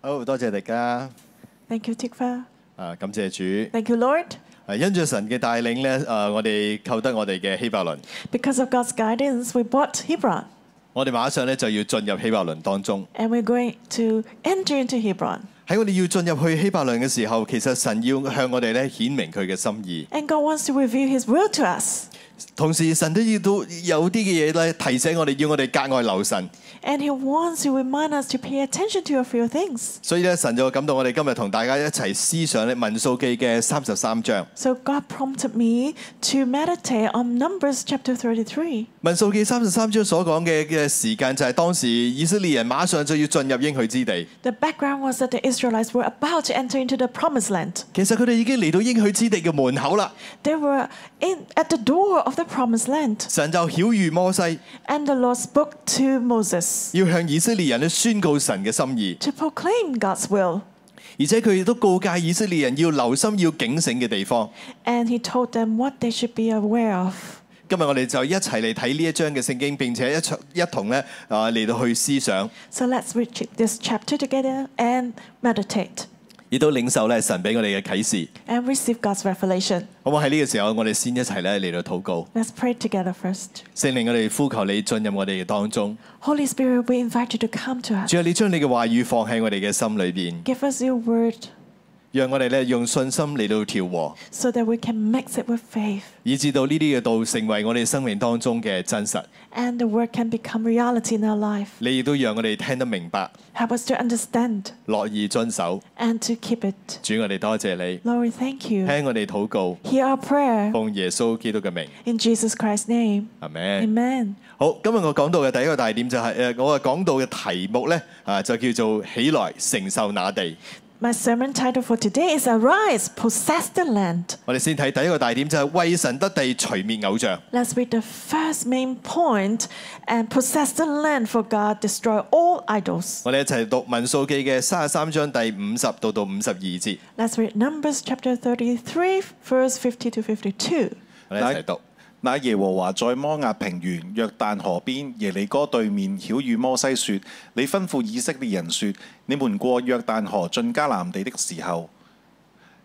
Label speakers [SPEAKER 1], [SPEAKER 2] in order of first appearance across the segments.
[SPEAKER 1] 好多謝迪加，
[SPEAKER 2] Thank you, Tikva.
[SPEAKER 1] 啊感謝主。
[SPEAKER 2] Thank you, Lord.
[SPEAKER 1] 啊因住神嘅帶領咧，啊我哋購得我哋嘅希伯倫，
[SPEAKER 2] Because of God's guidance, we bought Hebron
[SPEAKER 1] 我哋馬上咧就要進入希伯倫當中。
[SPEAKER 2] and we're going to enter into Hebron.
[SPEAKER 1] 喺我哋要進入去希伯倫嘅時候，其實神要向我哋咧顯明佢嘅心意，
[SPEAKER 2] And God wants to reveal His will to us.
[SPEAKER 1] 同時神都要都有啲嘅嘢咧提醒我哋，要我哋格外留神。
[SPEAKER 2] And He wants to remind us to pay attention to a few things.
[SPEAKER 1] 所以咧，神就感到我哋今日同大家一齊思想咧《民數記》嘅三十三章，《
[SPEAKER 2] So God prompted me to meditate on Numbers chapter 33.
[SPEAKER 1] 民數記》三十三章所講嘅嘅時間就係當時以色列人馬上就要進入應許之地。
[SPEAKER 2] The background was that the Israelites were about to enter into the promised land.
[SPEAKER 1] 其實佢哋已經嚟到應許之地嘅門口啦，
[SPEAKER 2] They were in, at the door of the promised land.
[SPEAKER 1] 神就曉喻摩西，
[SPEAKER 2] And the Lord spoke to Moses
[SPEAKER 1] 要向以色列人咧宣告神嘅心意，
[SPEAKER 2] to proclaim God's will.
[SPEAKER 1] 而且佢亦都告戒以色列人要留心要警醒嘅地方。
[SPEAKER 2] And he told them what they should be aware of.
[SPEAKER 1] 今日我哋就一齊嚟睇呢一章嘅聖經，並且一齊一同咧啊嚟到去思想，
[SPEAKER 2] So let's read this chapter together and meditate
[SPEAKER 1] 亦都領受咧神俾我哋嘅啟示。
[SPEAKER 2] and receive God's revelation.
[SPEAKER 1] 好唔好喺呢個時候，我哋先一齊咧嚟到禱告。
[SPEAKER 2] Let's pray together first.
[SPEAKER 1] 聖靈，我哋呼求你進入我哋嘅當中。
[SPEAKER 2] Holy Spirit, we invite you to come to us.
[SPEAKER 1] 主啊，你將你嘅話語放喺我哋嘅心裏邊，
[SPEAKER 2] Give us your word
[SPEAKER 1] 讓我哋咧用信心嚟到調和，
[SPEAKER 2] so that we can mix it with faith
[SPEAKER 1] 以至到呢啲嘅道成為我哋生命當中嘅真實。
[SPEAKER 2] and the word can become reality in our life.
[SPEAKER 1] 你亦都讓我哋聽得明白，
[SPEAKER 2] Help us to understand
[SPEAKER 1] 樂意遵守。
[SPEAKER 2] and to keep it.
[SPEAKER 1] 主，我哋多謝你，
[SPEAKER 2] Lord, we thank you.
[SPEAKER 1] 聽我哋禱告，
[SPEAKER 2] Hear our prayer
[SPEAKER 1] 奉耶穌基督嘅名，
[SPEAKER 2] in Jesus Christ's name.
[SPEAKER 1] 阿咩？
[SPEAKER 2] Amen.
[SPEAKER 1] 好，今日我講到嘅第一個大點就係、誒，我講到嘅題目咧啊，就叫做起來承受那地。
[SPEAKER 2] My sermon title for today is Arise, Possess the Land.
[SPEAKER 1] 我哋先睇第一個大點就係、為神得地，除滅偶像。
[SPEAKER 2] Let's read the first main point and possess the land for God, destroy all idols.
[SPEAKER 1] 我哋一齊讀民數記嘅三十三章第五十到到五十二節，
[SPEAKER 2] Let's read Numbers chapter 33, verse 50 to 52.
[SPEAKER 1] 我哋一齊讀。
[SPEAKER 3] 那耶和華在摩押平原約旦河邊耶利哥對面曉喻摩西說：你吩咐以色列人說，你們過約旦河進迦南地的時候，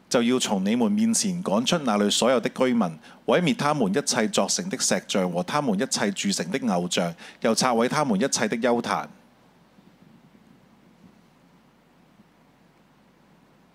[SPEAKER 3] 就要從你們面前趕出那裏所有的居民，毀滅他們一切作成的石像和他們一切鑄成的偶像，又拆毀他們一切的丘壇。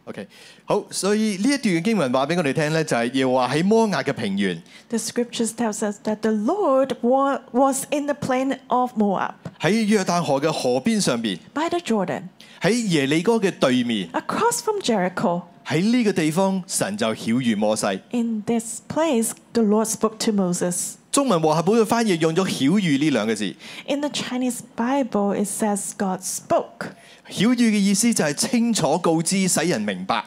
[SPEAKER 1] OK，好，所以呢一段嘅經文話俾我哋聽呢，就係耶和華喺摩押嘅平原，
[SPEAKER 2] The scriptures tells us that the Lord wa- was in the plain of Moab
[SPEAKER 1] 喺約旦河嘅河邊上邊，
[SPEAKER 2] by the Jordan,
[SPEAKER 1] 喺耶利哥嘅對面，
[SPEAKER 2] across from Jericho.
[SPEAKER 1] 喺呢個地方，神就曉喻摩西。
[SPEAKER 2] In this place, the Lord spoke to Moses.
[SPEAKER 1] 中文和合本嘅翻譯用咗曉喻呢兩個字，
[SPEAKER 2] In the Chinese Bible, it says God spoke.
[SPEAKER 1] 曉喻嘅意思就係清楚告知，使人明白。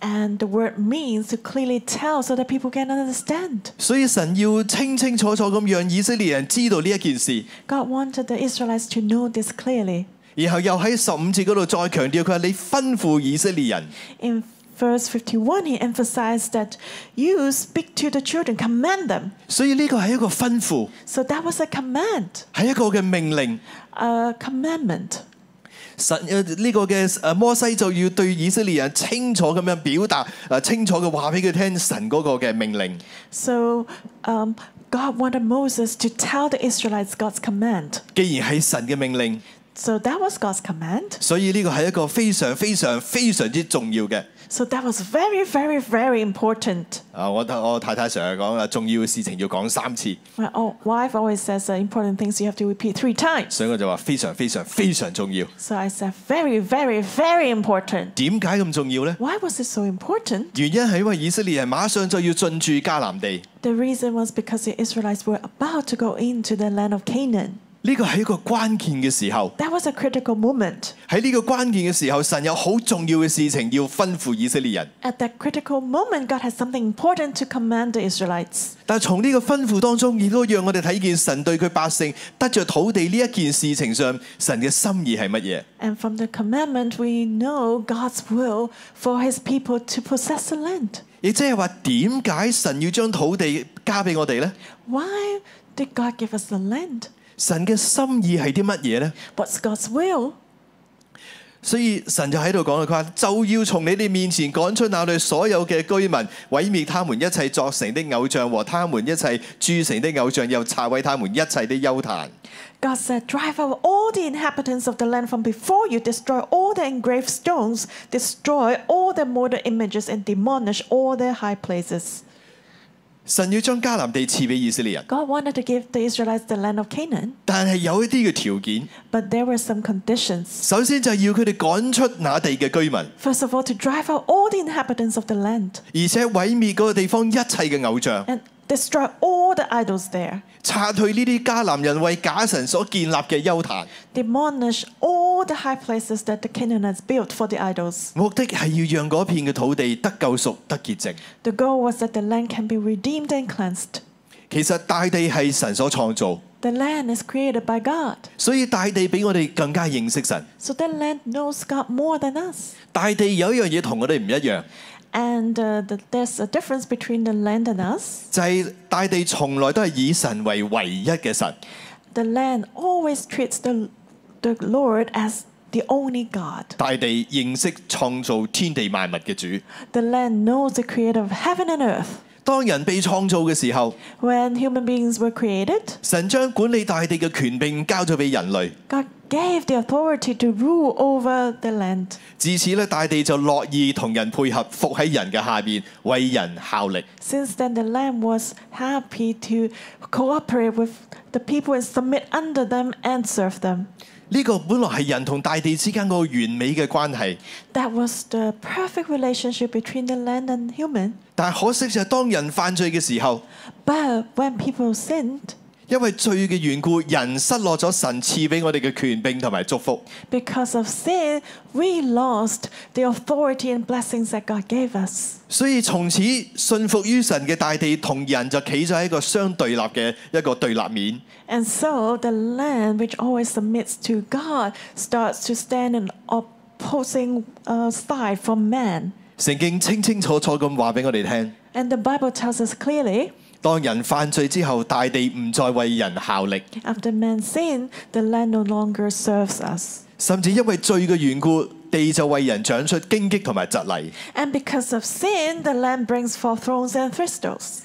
[SPEAKER 2] And the word means to clearly tell so that people can understand.
[SPEAKER 1] 所以神要清清楚楚咁讓以色列人知道呢一件事，
[SPEAKER 2] God wanted the Israelites to know this clearly.
[SPEAKER 1] 然後又喺十五節嗰度再強調佢話：你吩咐以色列人。
[SPEAKER 2] In verse 51, he emphasized that you speak to the children, command them.
[SPEAKER 1] 所以呢個係一個吩咐，
[SPEAKER 2] So that was a command,
[SPEAKER 1] 係一個嘅命令。
[SPEAKER 2] a commandment.
[SPEAKER 1] 神誒呢、個嘅誒摩西就要對以色列人清楚咁樣表達，誒清楚嘅話俾佢聽神嗰個嘅命令。
[SPEAKER 2] So um, God wanted Moses to tell the Israelites God's command.
[SPEAKER 1] 既然係神嘅命令，
[SPEAKER 2] So that was God's command.
[SPEAKER 1] 所以呢個係一個非常非常非常之重要嘅。
[SPEAKER 2] So that was very, very, very important.
[SPEAKER 1] 啊！我我太太成日講啦，重要嘅事情要講三次，
[SPEAKER 2] My o- wife always says uh, important things you have to repeat three times.
[SPEAKER 1] 所以我就話非常非常非常重要。
[SPEAKER 2] So I said, very, very, very important.
[SPEAKER 1] 點解咁重要呢？
[SPEAKER 2] Why was it so important?
[SPEAKER 1] 原因係因為以色列人馬上就要進駐迦南地，
[SPEAKER 2] The reason was because the Israelites were about to go into the land of Canaan.
[SPEAKER 1] 呢個係一個關鍵嘅時候。
[SPEAKER 2] That was a critical moment.
[SPEAKER 1] 喺呢個關鍵嘅時候，神有好重要嘅事情要吩咐以色列人。
[SPEAKER 2] At that critical moment, God had something important to command the Israelites.
[SPEAKER 1] 但從呢個吩咐當中，亦都讓我哋睇見神對佢百姓得着土地呢一件事情上，神嘅心意係乜嘢？
[SPEAKER 2] And from the commandment, we know God's will for his people to possess the land.
[SPEAKER 1] 亦即係話點解神要將土地加俾我哋呢？
[SPEAKER 2] Why did God give us the land?
[SPEAKER 1] 神嘅心意係啲乜嘢呢？
[SPEAKER 2] What's God's will?
[SPEAKER 1] 所以神就喺度講啦，佢話就要從你哋面前趕出那裏所有嘅居民，毀滅他們一切作成的偶像和他們一切鑄成的偶像，又拆毀他們一切的丘壇。
[SPEAKER 2] God said, Drive out all the inhabitants of the land from before you, destroy all the engraved stones, destroy all the modern images, and demolish all their high places.
[SPEAKER 1] 神要將迦南地賜俾以色列人，
[SPEAKER 2] God wanted to give the Israelites the land of Canaan,
[SPEAKER 1] 但係有一啲嘅條件，
[SPEAKER 2] but there were some conditions.
[SPEAKER 1] 首先就係要佢哋趕出那地嘅居民，
[SPEAKER 2] First of all, to drive out all the inhabitants of the land
[SPEAKER 1] 而且毀滅嗰個地方一切嘅偶像，
[SPEAKER 2] and destroy all the idols there,
[SPEAKER 1] 拆去呢啲迦南人為假神所建立嘅丘壇，
[SPEAKER 2] demolish all the high places that the Canaanites built for the idols.
[SPEAKER 1] 目的係要讓嗰片嘅土地得救贖、得潔淨。
[SPEAKER 2] The goal was that the land can be redeemed and cleansed.
[SPEAKER 1] 其實大地係神所創造。
[SPEAKER 2] The land is created by God,
[SPEAKER 1] 所以大地俾我哋更加認識神。
[SPEAKER 2] so that land knows God more than us.
[SPEAKER 1] 大地有一樣嘢同我哋唔一樣，
[SPEAKER 2] And uh, the, there's a difference between the land and us.
[SPEAKER 1] 就係、大地從來都係以神為唯一嘅神。
[SPEAKER 2] The land always treats the, the Lord as the only God.
[SPEAKER 1] 大地認識創造天地萬物嘅主。
[SPEAKER 2] The land knows the creator of heaven and earth.
[SPEAKER 1] 當人被創造嘅時候，
[SPEAKER 2] When human beings were created,
[SPEAKER 1] 神將管理大地嘅權柄交咗俾人類。
[SPEAKER 2] God gave the authority to rule over the land.
[SPEAKER 1] 自此咧，大地就樂意同人配合，服喺人嘅下面，為人效力。
[SPEAKER 2] Since then, the land was happy to cooperate with the people and submit under them and serve them.
[SPEAKER 1] 呢、個本來係人同大地之間個完美嘅關係，
[SPEAKER 2] That was the perfect relationship between the land and human.
[SPEAKER 1] 但係可惜就係當人犯罪嘅時候，
[SPEAKER 2] But when people sinned,
[SPEAKER 1] 因為罪嘅緣故，人失落咗神賜俾我哋嘅權柄同埋祝福，
[SPEAKER 2] because of sin, we lost the authority and blessings that God gave us.
[SPEAKER 1] 所以從此信服於神嘅大地同人就企咗喺一個相對立嘅一個對立面。
[SPEAKER 2] And so the land, which always submits to God, starts to stand in opposing uh, side from man.
[SPEAKER 1] 聖經清清楚楚咁話俾我哋聽，
[SPEAKER 2] And the Bible tells us clearly
[SPEAKER 1] 當人犯罪之後，大地唔再為人效力，
[SPEAKER 2] after man sinned, the land no longer serves us.
[SPEAKER 1] 甚至因為罪嘅緣故，地就為人長出荊棘同埋蒺藜。
[SPEAKER 2] And because of sin, the land brings forth thorns and thistles.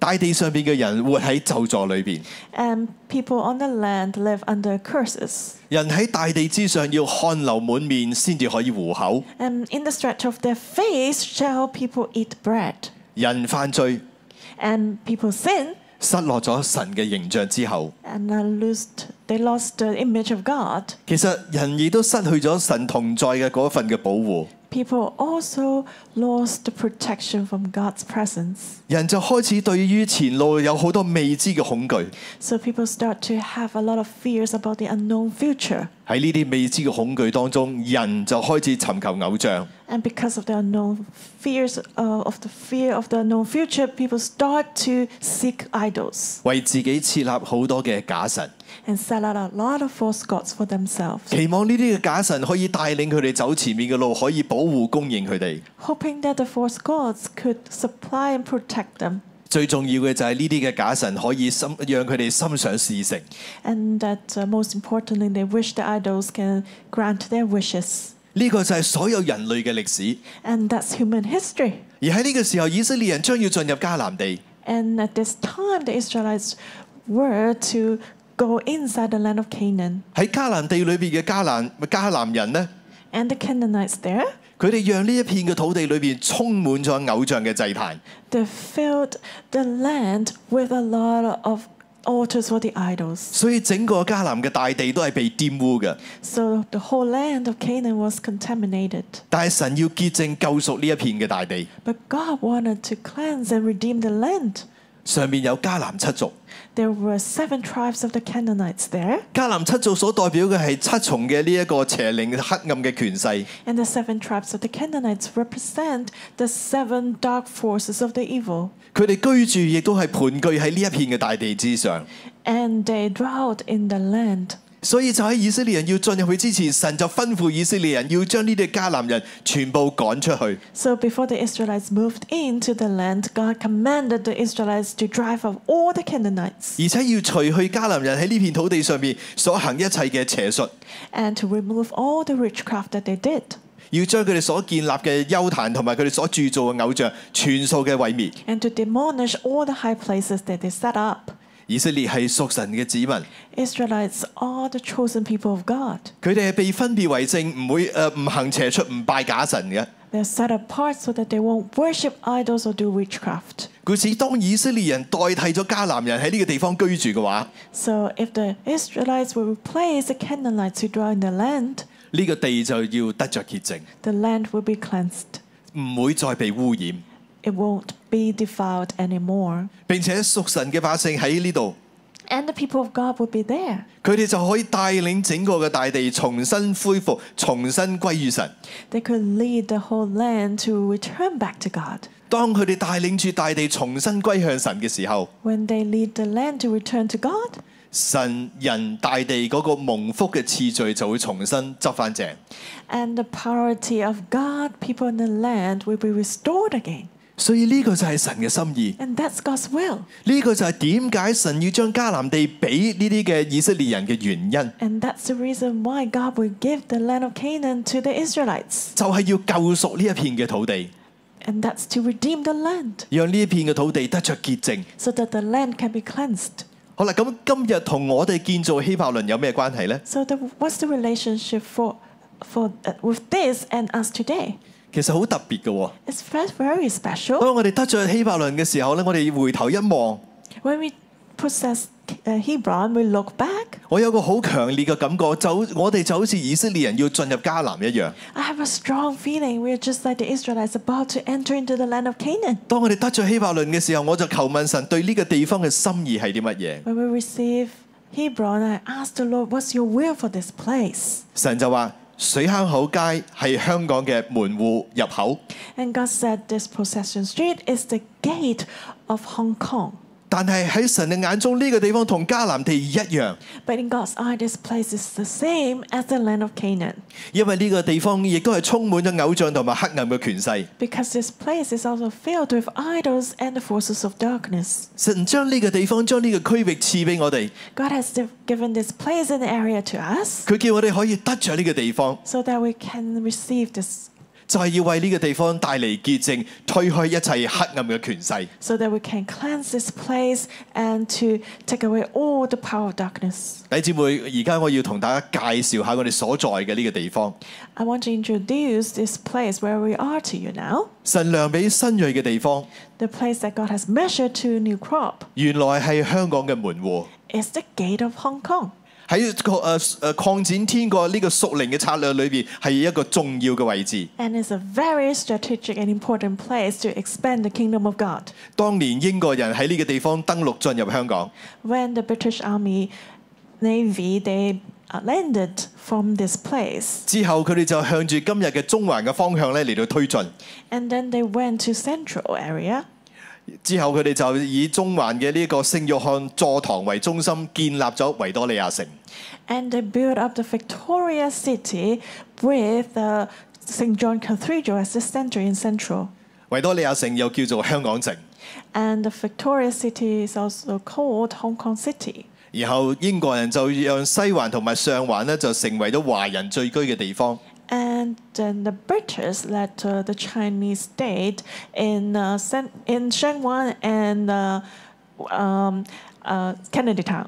[SPEAKER 1] 大地上邊嘅人活喺咒詛裏邊，
[SPEAKER 2] And people on the land live under curses.
[SPEAKER 1] 人喺大地之上要汗流滿面先至可以糊口。
[SPEAKER 2] And in the stretch of their face shall people eat bread.
[SPEAKER 1] 人犯罪
[SPEAKER 2] And people sin
[SPEAKER 1] 失落咗神嘅形象之後。
[SPEAKER 2] and are lost, they lost the image of God.
[SPEAKER 1] 其實人亦都失去咗神同在嘅嗰份嘅保護，
[SPEAKER 2] People also lost the protection from God's presence.
[SPEAKER 1] 人就開始對於前路有好多未知嘅恐懼。
[SPEAKER 2] So people start to have a lot of fears about the unknown future.
[SPEAKER 1] 喺呢啲未知嘅恐懼當中，人就開始尋求偶像，
[SPEAKER 2] And because of the unknown fears uh, of the fear of the unknown future, people start to seek idols
[SPEAKER 1] 為自己設立好多嘅假神，
[SPEAKER 2] and set out a lot of false gods for themselves.
[SPEAKER 1] 期望呢啲嘅假神可以帶領佢哋走前面嘅路，可以保護供應佢哋。
[SPEAKER 2] hoping that the false gods could supply and protect them,
[SPEAKER 1] 最重要嘅就係呢啲嘅假神可以心讓佢哋心想事成。
[SPEAKER 2] and that uh, most importantly, they wish the idols can grant their wishes.
[SPEAKER 1] 呢、個就係所有人類嘅歷史。
[SPEAKER 2] And that's human history.
[SPEAKER 1] 而喺呢個時候，以色列人將要進入迦南地。
[SPEAKER 2] And at this time, the Israelites were to go inside the land of Canaan.
[SPEAKER 1] 喺迦南地裏邊嘅迦南迦南人呢，
[SPEAKER 2] And the Canaanites there,
[SPEAKER 1] 佢哋讓呢一片嘅土地裏邊充滿咗偶像嘅祭壇，
[SPEAKER 2] they filled the land with a lot of altars for the idols.
[SPEAKER 1] 所以整個迦南嘅大地都係被玷污嘅。
[SPEAKER 2] So the whole land of Canaan was contaminated.
[SPEAKER 1] 但係神要潔淨救贖呢一片嘅大地，
[SPEAKER 2] But God wanted to cleanse and redeem the land.
[SPEAKER 1] 上面有迦南七族。
[SPEAKER 2] There were seven tribes of the Canaanites there,
[SPEAKER 1] 迦南七族所代表嘅係七重嘅呢一個邪靈黑暗嘅權勢，
[SPEAKER 2] and the seven tribes of the Canaanites represent the seven dark forces of the evil.
[SPEAKER 1] 佢哋居住亦都係盤踞喺呢一片嘅大地之上。
[SPEAKER 2] And they dwelt in the land.
[SPEAKER 1] 所以就喺以色列人要進入去之前，神就吩咐以色列人要將呢啲迦南人全部趕出去。
[SPEAKER 2] So before the Israelites moved into the land, God commanded the Israelites to drive out all the Canaanites
[SPEAKER 1] 而且要除去迦南人喺呢片土地上面所行一切嘅邪術，
[SPEAKER 2] and to remove all the witchcraft that they did,
[SPEAKER 1] 要將佢哋所建立嘅丘壇同埋佢哋所鑄造嘅偶像全數嘅毀滅。
[SPEAKER 2] and to demolish all the high places that they set up.
[SPEAKER 1] 以色列係屬神嘅子民，佢
[SPEAKER 2] Israelites are the chosen people of God.
[SPEAKER 1] 哋係被分別為聖，唔會誒唔、行邪術，唔拜假神嘅。
[SPEAKER 2] They're set apart so that they won't worship idols or do witchcraft.
[SPEAKER 1] 故此，當以色列人代替咗迦南人喺呢個地方居住嘅話，
[SPEAKER 2] So if the Israelites will replace the Canaanites who dwell in the land,
[SPEAKER 1] 呢、個地就要得着潔淨，
[SPEAKER 2] the land will be cleansed.
[SPEAKER 1] 唔會再被污染。
[SPEAKER 2] It won't be defiled anymore.
[SPEAKER 1] 並且屬神嘅百姓喺呢度，
[SPEAKER 2] And the people of God will be there.
[SPEAKER 1] 佢哋就可以帶領整個嘅大地重新恢復，重新歸於神。
[SPEAKER 2] They could lead the whole land to return back to God.
[SPEAKER 1] 當佢哋帶領住大地重新歸向神嘅時候，
[SPEAKER 2] When they lead the land to return to God,
[SPEAKER 1] 神人大地嗰個蒙福嘅次序就會重新執翻正。
[SPEAKER 2] and the priority of God, people in the land will be restored again.
[SPEAKER 1] 所以呢個就係神嘅心意，
[SPEAKER 2] And that's God's will.
[SPEAKER 1] 呢、個就係點解神要將迦南地俾呢啲嘅以色列人嘅原因，
[SPEAKER 2] And that's the reason why God will give the land of Canaan to the Israelites.
[SPEAKER 1] 就係要救贖呢一片嘅土地，
[SPEAKER 2] And that's to redeem the land
[SPEAKER 1] 讓呢一片嘅土地得着潔淨。
[SPEAKER 2] so that the land can be cleansed.
[SPEAKER 1] 好啦，咁今日同我哋建造希伯倫有咩關係呢？
[SPEAKER 2] So the, what's the relationship for, for, uh, with this and us today?
[SPEAKER 1] 其實好特別嘅、喎。
[SPEAKER 2] It's very, very special.
[SPEAKER 1] 當我哋得着希伯倫嘅時候呢，我哋回頭一望，
[SPEAKER 2] When we possess uh, Hebron, we look back.
[SPEAKER 1] 我有個好強烈嘅感覺，就我哋就好似以色列人要進入迦南一樣。
[SPEAKER 2] I have a strong feeling we're just like the Israelites about to enter into the land of Canaan.
[SPEAKER 1] 當我哋得着希伯倫嘅時候，我就求問神對呢個地方嘅心意係啲乜嘢？
[SPEAKER 2] When we receive Hebron, I ask the Lord, what's your will for this place?
[SPEAKER 1] 神就話：水坑口街係香港嘅門户入口，
[SPEAKER 2] And God said, this procession street is the gate of Hong Kong.
[SPEAKER 1] 但係喺神嘅眼中，呢、個地方同迦南地一樣，
[SPEAKER 2] But in God's eye, this place is the same as the land of Canaan,
[SPEAKER 1] 因為呢個地方亦都係充滿咗偶像同埋黑暗嘅權勢。
[SPEAKER 2] because this place is also filled with idols and the forces of darkness.
[SPEAKER 1] 神將呢個地方、將呢個區域賜俾我哋，
[SPEAKER 2] God has div- given this place and area to us
[SPEAKER 1] 佢叫我哋可以得着呢個地方，
[SPEAKER 2] so that we can receive this,
[SPEAKER 1] 就係、要為呢個地方帶嚟潔淨，推開一切黑暗嘅權勢。
[SPEAKER 2] so that we can cleanse this place and to take away all the power of darkness.
[SPEAKER 1] 弟兄姊妹，而家我要同大家介紹下我哋所在嘅呢個地方。
[SPEAKER 2] I want to introduce this place where we are to you now,
[SPEAKER 1] 神量俾新锐嘅地方，
[SPEAKER 2] the place that God has measured to a new crop.
[SPEAKER 1] 原來係香港嘅門户。
[SPEAKER 2] is the gate of Hong Kong.
[SPEAKER 1] 喺擴誒誒擴展天國呢個屬靈嘅策略裏邊，係一個重要嘅位置。
[SPEAKER 2] And it's a very strategic and important place to expand the kingdom of God.
[SPEAKER 1] 當年英國人喺呢個地方登陸進入香港，
[SPEAKER 2] When the British Army Navy they uh, landed from this place,
[SPEAKER 1] 之後佢哋就向住今日嘅中環嘅方向咧嚟到推進。
[SPEAKER 2] and then they went to central area,
[SPEAKER 1] 之後佢哋就以中環嘅呢個聖約翰座堂為中心，建立咗維多利亞城。
[SPEAKER 2] and they built up the Victoria City with uh, St John Cathedral as the center in central.
[SPEAKER 1] 維多利亞城又叫做香港城。
[SPEAKER 2] And the Victoria City is also called Hong Kong City.
[SPEAKER 1] 然後英國人就讓西環同埋上環咧就成為咗華人聚居嘅地方。
[SPEAKER 2] And then the British led uh, the Chinese state in uh, San- in Shangwan and uh, um, uh, Kennedy Town.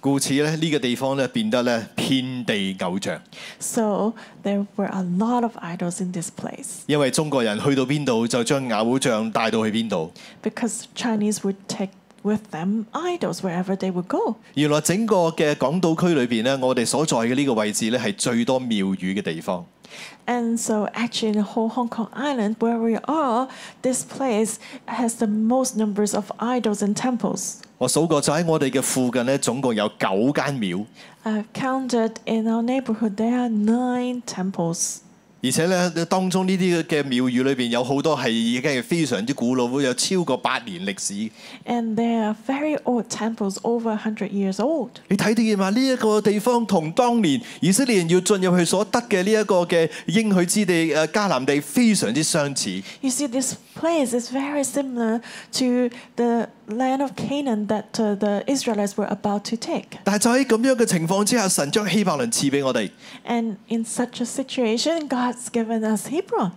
[SPEAKER 1] 故此咧，呢、個地方咧變得咧遍地偶像，
[SPEAKER 2] So there were a lot of idols in this place
[SPEAKER 1] 因為中國人去到邊度就將偶像帶到去邊度。
[SPEAKER 2] because Chinese would take with them idols wherever they would go.
[SPEAKER 1] 原來整個嘅港島區裏邊咧，我哋所在嘅呢個位置咧係最多廟宇嘅地方。
[SPEAKER 2] And so actually in the whole Hong Kong island where we are, this place has the most numbers of idols and temples.
[SPEAKER 1] 我數過就喺我哋嘅附近咧，總共有九間廟，
[SPEAKER 2] Uh, I've counted in our neighborhood there are nine temples.
[SPEAKER 1] 而且咧當中呢啲嘅廟宇裏邊有好多係已經係非常之古老，有超過八年歷史。
[SPEAKER 2] And they are very old temples, over 100 years old.
[SPEAKER 1] 你睇到嘛？呢一個地方同當年以色列人要進入去所得嘅呢一個嘅應許之地誒迦南地非常之相似。
[SPEAKER 2] You see, this place is very similar to the land of Canaan that uh, the Israelites were about to take.
[SPEAKER 1] 但係就喺咁樣嘅情況之下，神將希伯倫賜俾我哋，
[SPEAKER 2] And in such a situation, God's given us Hebron.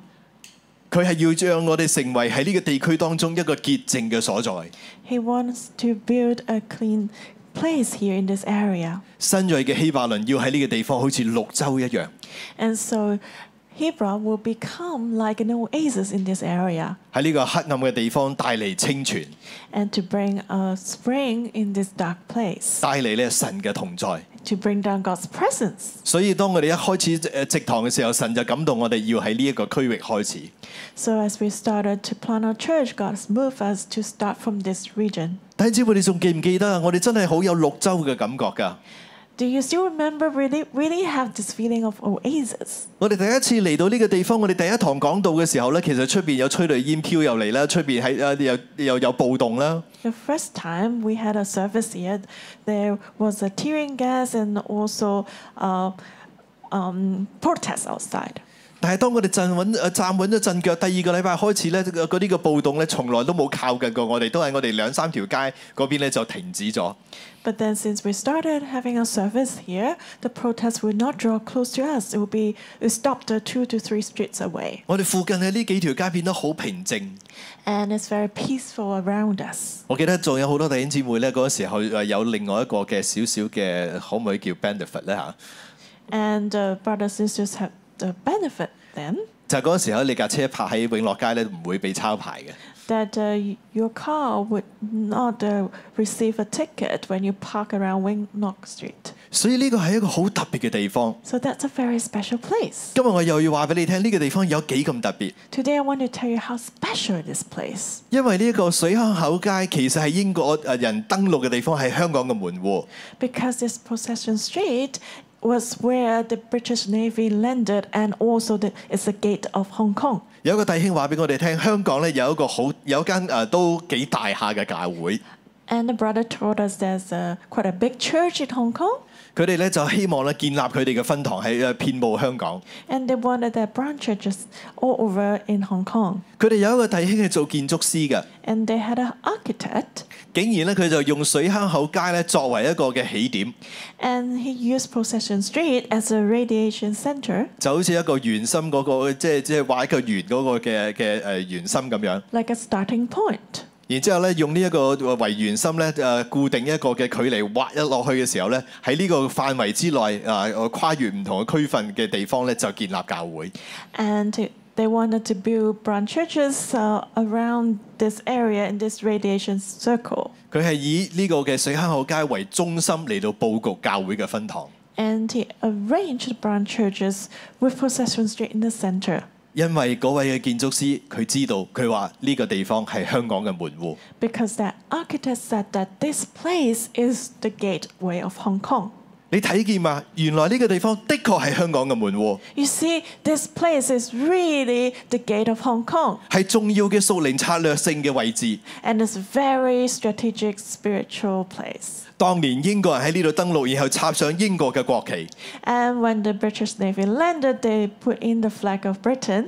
[SPEAKER 1] 佢係要將我哋成為喺呢個地區當中一個潔淨嘅所在。
[SPEAKER 2] He wants to build a clean place here in this area.
[SPEAKER 1] 新锐嘅希伯倫要喺呢個地方好似綠洲一樣，
[SPEAKER 2] And so Hebron will become like an oasis in this area
[SPEAKER 1] 喺呢個黑暗嘅地方帶嚟清泉，
[SPEAKER 2] and to bring a spring in this dark place,
[SPEAKER 1] 帶嚟咧神嘅同在。
[SPEAKER 2] to bring down God's presence.
[SPEAKER 1] 所以當我哋一開始誒直堂嘅時候，神就感動我哋要喺呢一個區域開始。
[SPEAKER 2] So as we started to plan our church, God's moved us to start from this region.
[SPEAKER 1] 弟兄姊妹，你仲記唔記得啊？我哋真係好有綠洲嘅感覺㗎。
[SPEAKER 2] Do you still remember really really have this feeling of oasis?
[SPEAKER 1] 我哋第一次嚟到呢個地方，我哋第一堂講道嘅時候呢，其實出邊有催淚煙飄入嚟啦，出邊喺啊又又有暴動啦。
[SPEAKER 2] The first time we had a service here, there was a tearing gas and also uh, um, protests outside.
[SPEAKER 1] 但係當我哋站穩呃站穩咗陣腳，第二個禮拜開始呢，嗰啲嘅暴動呢，從來都冇靠近過我哋，都係我哋兩三條街嗰邊呢就停止咗。
[SPEAKER 2] But then, since we started having a service here, the protests will not draw close to us. It will be it stopped uh, two to three streets away,
[SPEAKER 1] 我哋附近嘅呢幾條街變得好平靜。
[SPEAKER 2] and it's very peaceful around us.
[SPEAKER 1] 我記得仲有好多弟兄姊妹呢，嗰個時候呃有另外一個嘅少少嘅，可唔可以叫 benefit 呢？嚇？
[SPEAKER 2] And uh, brothers and sisters have the benefit then
[SPEAKER 1] 就係嗰個時候，你架車泊喺永樂街呢，唔會被抄牌嘅。
[SPEAKER 2] that uh, y- your car would not uh, receive a ticket when you park around Wing Knock Street.
[SPEAKER 1] 所以呢個係一個好特別嘅地方。
[SPEAKER 2] So that's a very special place.
[SPEAKER 1] 今日我又要話俾你聽，呢、個地方有幾咁特別，
[SPEAKER 2] Today, I want to tell you how special this place.
[SPEAKER 1] 因為呢一個水坑口街其實係英國誒人登陸嘅地方，係香港嘅門户。
[SPEAKER 2] because this procession street was where the British Navy landed and also the, it's the gate of Hong Kong.
[SPEAKER 1] 有一個弟兄話俾我哋聽，香港咧有一個好有一間誒、呃都幾大下嘅教會，
[SPEAKER 2] And the brother told us there's a, quite a big church in Hong Kong
[SPEAKER 1] 佢哋咧就希望咧建立佢哋嘅分堂喺誒遍佈香港。
[SPEAKER 2] and they wanted their branch churches all over in Hong Kong.
[SPEAKER 1] 佢哋有一個弟兄係做建築師嘅，
[SPEAKER 2] And they had an architect
[SPEAKER 1] 竟然咧佢就用水坑口街咧作為一個嘅起點，
[SPEAKER 2] and he used Procession Street as a radiation center,
[SPEAKER 1] 就好似一個圓心嗰、個即係即係畫一個圓嗰個嘅嘅誒圓心咁樣。
[SPEAKER 2] like a starting point.
[SPEAKER 1] 然之後咧，用呢一個為圓心咧，誒固定一個嘅距離劃一落去嘅時候咧，喺呢個範圍之內，啊我跨越唔同嘅區份嘅地方咧，就建立教會。
[SPEAKER 2] and they wanted to build branch churches uh, around this area in this radiation circle.
[SPEAKER 1] 佢係以呢個嘅水坑口街為中心嚟到佈局教會嘅分堂，
[SPEAKER 2] And he arranged branch churches with Procession Street in the center
[SPEAKER 1] 因為嗰位嘅建築師佢知道，佢話呢個地方係香港嘅門户，
[SPEAKER 2] because that architect said that this place is the gateway of Hong Kong.
[SPEAKER 1] 你睇見嘛？原來呢個地方的確係香港嘅門户，
[SPEAKER 2] You see, this place is really the gate of Hong Kong
[SPEAKER 1] 係重要嘅屬靈策略性嘅位置。
[SPEAKER 2] and it's a very strategic spiritual place.
[SPEAKER 1] 當年英國人喺呢度登陸，然後插上英國嘅國旗。
[SPEAKER 2] And when the British Navy landed, they put in the flag of Britain.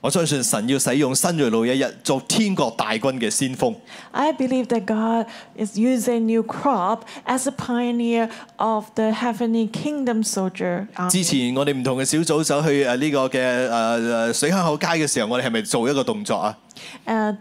[SPEAKER 1] 我相信神要使用新锐路一日做天國大軍嘅先鋒，
[SPEAKER 2] I believe that God is using new crop as a pioneer of the heavenly kingdom soldier. army.
[SPEAKER 1] 之前我哋唔同嘅小組走去呃誒呢個嘅誒誒水坑口街嘅時候，我哋係咪做一個動作啊？
[SPEAKER 2] Uh,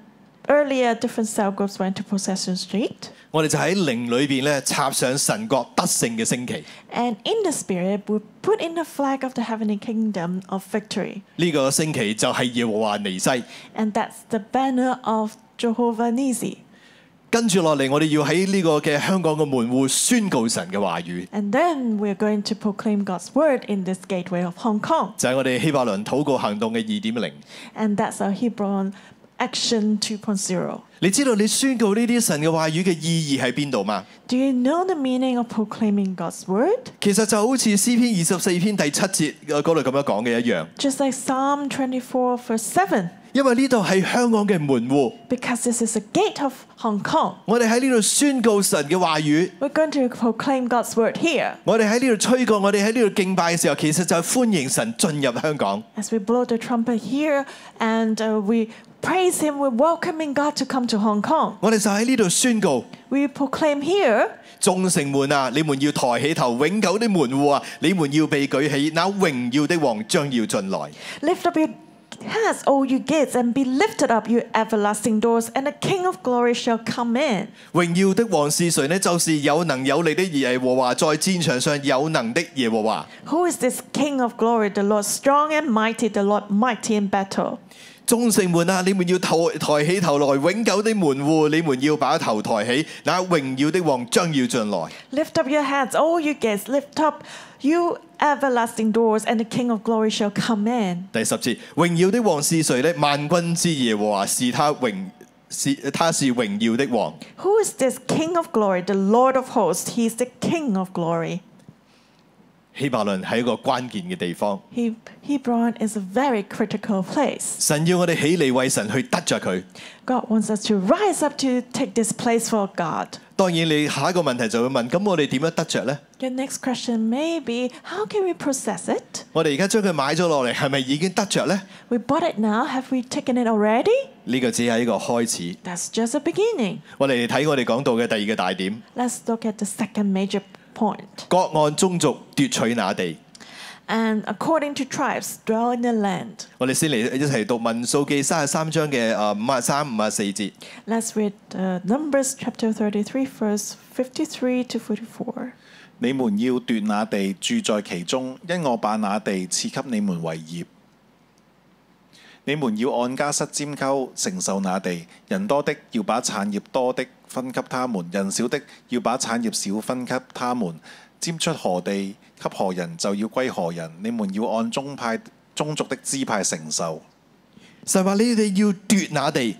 [SPEAKER 2] earlier, different cell groups went to Procession Street,
[SPEAKER 1] 我哋就喺靈裏邊咧插上神國得勝嘅升旗。
[SPEAKER 2] and in the spirit, we put in the flag of the heavenly kingdom of victory,
[SPEAKER 1] 呢、個升旗就係耶和華尼西。
[SPEAKER 2] and that's the banner of Jehovah Nisi.
[SPEAKER 1] 跟住落嚟，我哋要喺呢個嘅香港嘅門户宣告神嘅話語，
[SPEAKER 2] And then we're going to proclaim God's word in this gateway of Hong Kong,
[SPEAKER 1] 就係、我哋希伯倫禱告行動嘅二點零。
[SPEAKER 2] and that's our Hebron Action 2.0.
[SPEAKER 1] 你知道你宣告呢啲神嘅話語嘅意義喺邊度嘛？
[SPEAKER 2] Do you know the meaning of proclaiming God's word?
[SPEAKER 1] 其實就好似詩篇二十四篇第七節嗰度咁樣講嘅一樣，
[SPEAKER 2] Just like Psalm 24, verse 7,
[SPEAKER 1] 因為呢度係香港嘅門户，
[SPEAKER 2] because this is a gate of Hong Kong.
[SPEAKER 1] 我哋喺呢度宣告神嘅話語，
[SPEAKER 2] We're going to proclaim God's word here.
[SPEAKER 1] 我哋喺呢度吹角，我哋喺呢度敬拜嘅時候，其實就係歡迎神進入香港。
[SPEAKER 2] As we blow the trumpet here and uh, we praise Him, we're welcoming God to come to Hong Kong.
[SPEAKER 1] 我哋就喺呢度宣告。
[SPEAKER 2] We proclaim here,
[SPEAKER 1] 众城门啊，你们要抬起头；永久的门户啊，你们要被举起。那荣耀的王将要进来。
[SPEAKER 2] Lift up your heads, O you gates, and be lifted up, you everlasting doors, and the King of glory shall come in.
[SPEAKER 1] 荣耀的王是谁呢？就是有能有力的耶和华，在战场上有能的耶和华。
[SPEAKER 2] Who is this King of glory? The Lord strong and mighty, the Lord mighty in battle.
[SPEAKER 1] 众城门啊，你们要抬抬起头来；永久的门户，你们要把头抬起。那荣耀的王将要进来。
[SPEAKER 2] Lift up your heads, O you gates, lift up, you everlasting doors, and the King of glory shall come in.
[SPEAKER 1] 第十節，榮耀的王是誰呢？萬軍之耶和華是他榮是他是榮耀的王。
[SPEAKER 2] Who is this King of glory? The Lord of hosts, he is the King of glory.
[SPEAKER 1] 希伯倫係一個關鍵嘅地方，
[SPEAKER 2] He, Hebron is a very critical place.
[SPEAKER 1] 神要我哋起嚟為神去得着佢。
[SPEAKER 2] God wants us to rise up to take this place for God.
[SPEAKER 1] 當然，你下一個問題就會問：咁我哋點樣得着呢？
[SPEAKER 2] Your next question may be how can we process it?
[SPEAKER 1] 我哋而家將佢買咗落嚟，係咪已經得着呢？
[SPEAKER 2] We bought it now, have we taken it already?
[SPEAKER 1] 呢、個只係一個開始。
[SPEAKER 2] That's just a beginning.
[SPEAKER 1] 我哋睇我哋講到嘅第二個大點：
[SPEAKER 2] Let's look at the second major point.
[SPEAKER 1] 各按宗族奪取那地。
[SPEAKER 2] And according to tribes, dwell in the land.
[SPEAKER 1] 我哋先嚟一齊讀民數記三十三章嘅啊五啊三五啊四節。
[SPEAKER 2] Let's read uh, Numbers chapter 33, verse 53 to 44.
[SPEAKER 3] 你們要奪那地，住在其中，因我把那地賜給你們為業。你們要按家室尖溝承受那地，人多的要把產業多的分給他們，人少的要把產業少分給他們。佔出何地給何人，就要歸何人。你們要按宗派宗族的支派承受。
[SPEAKER 1] 神話你哋要奪那地，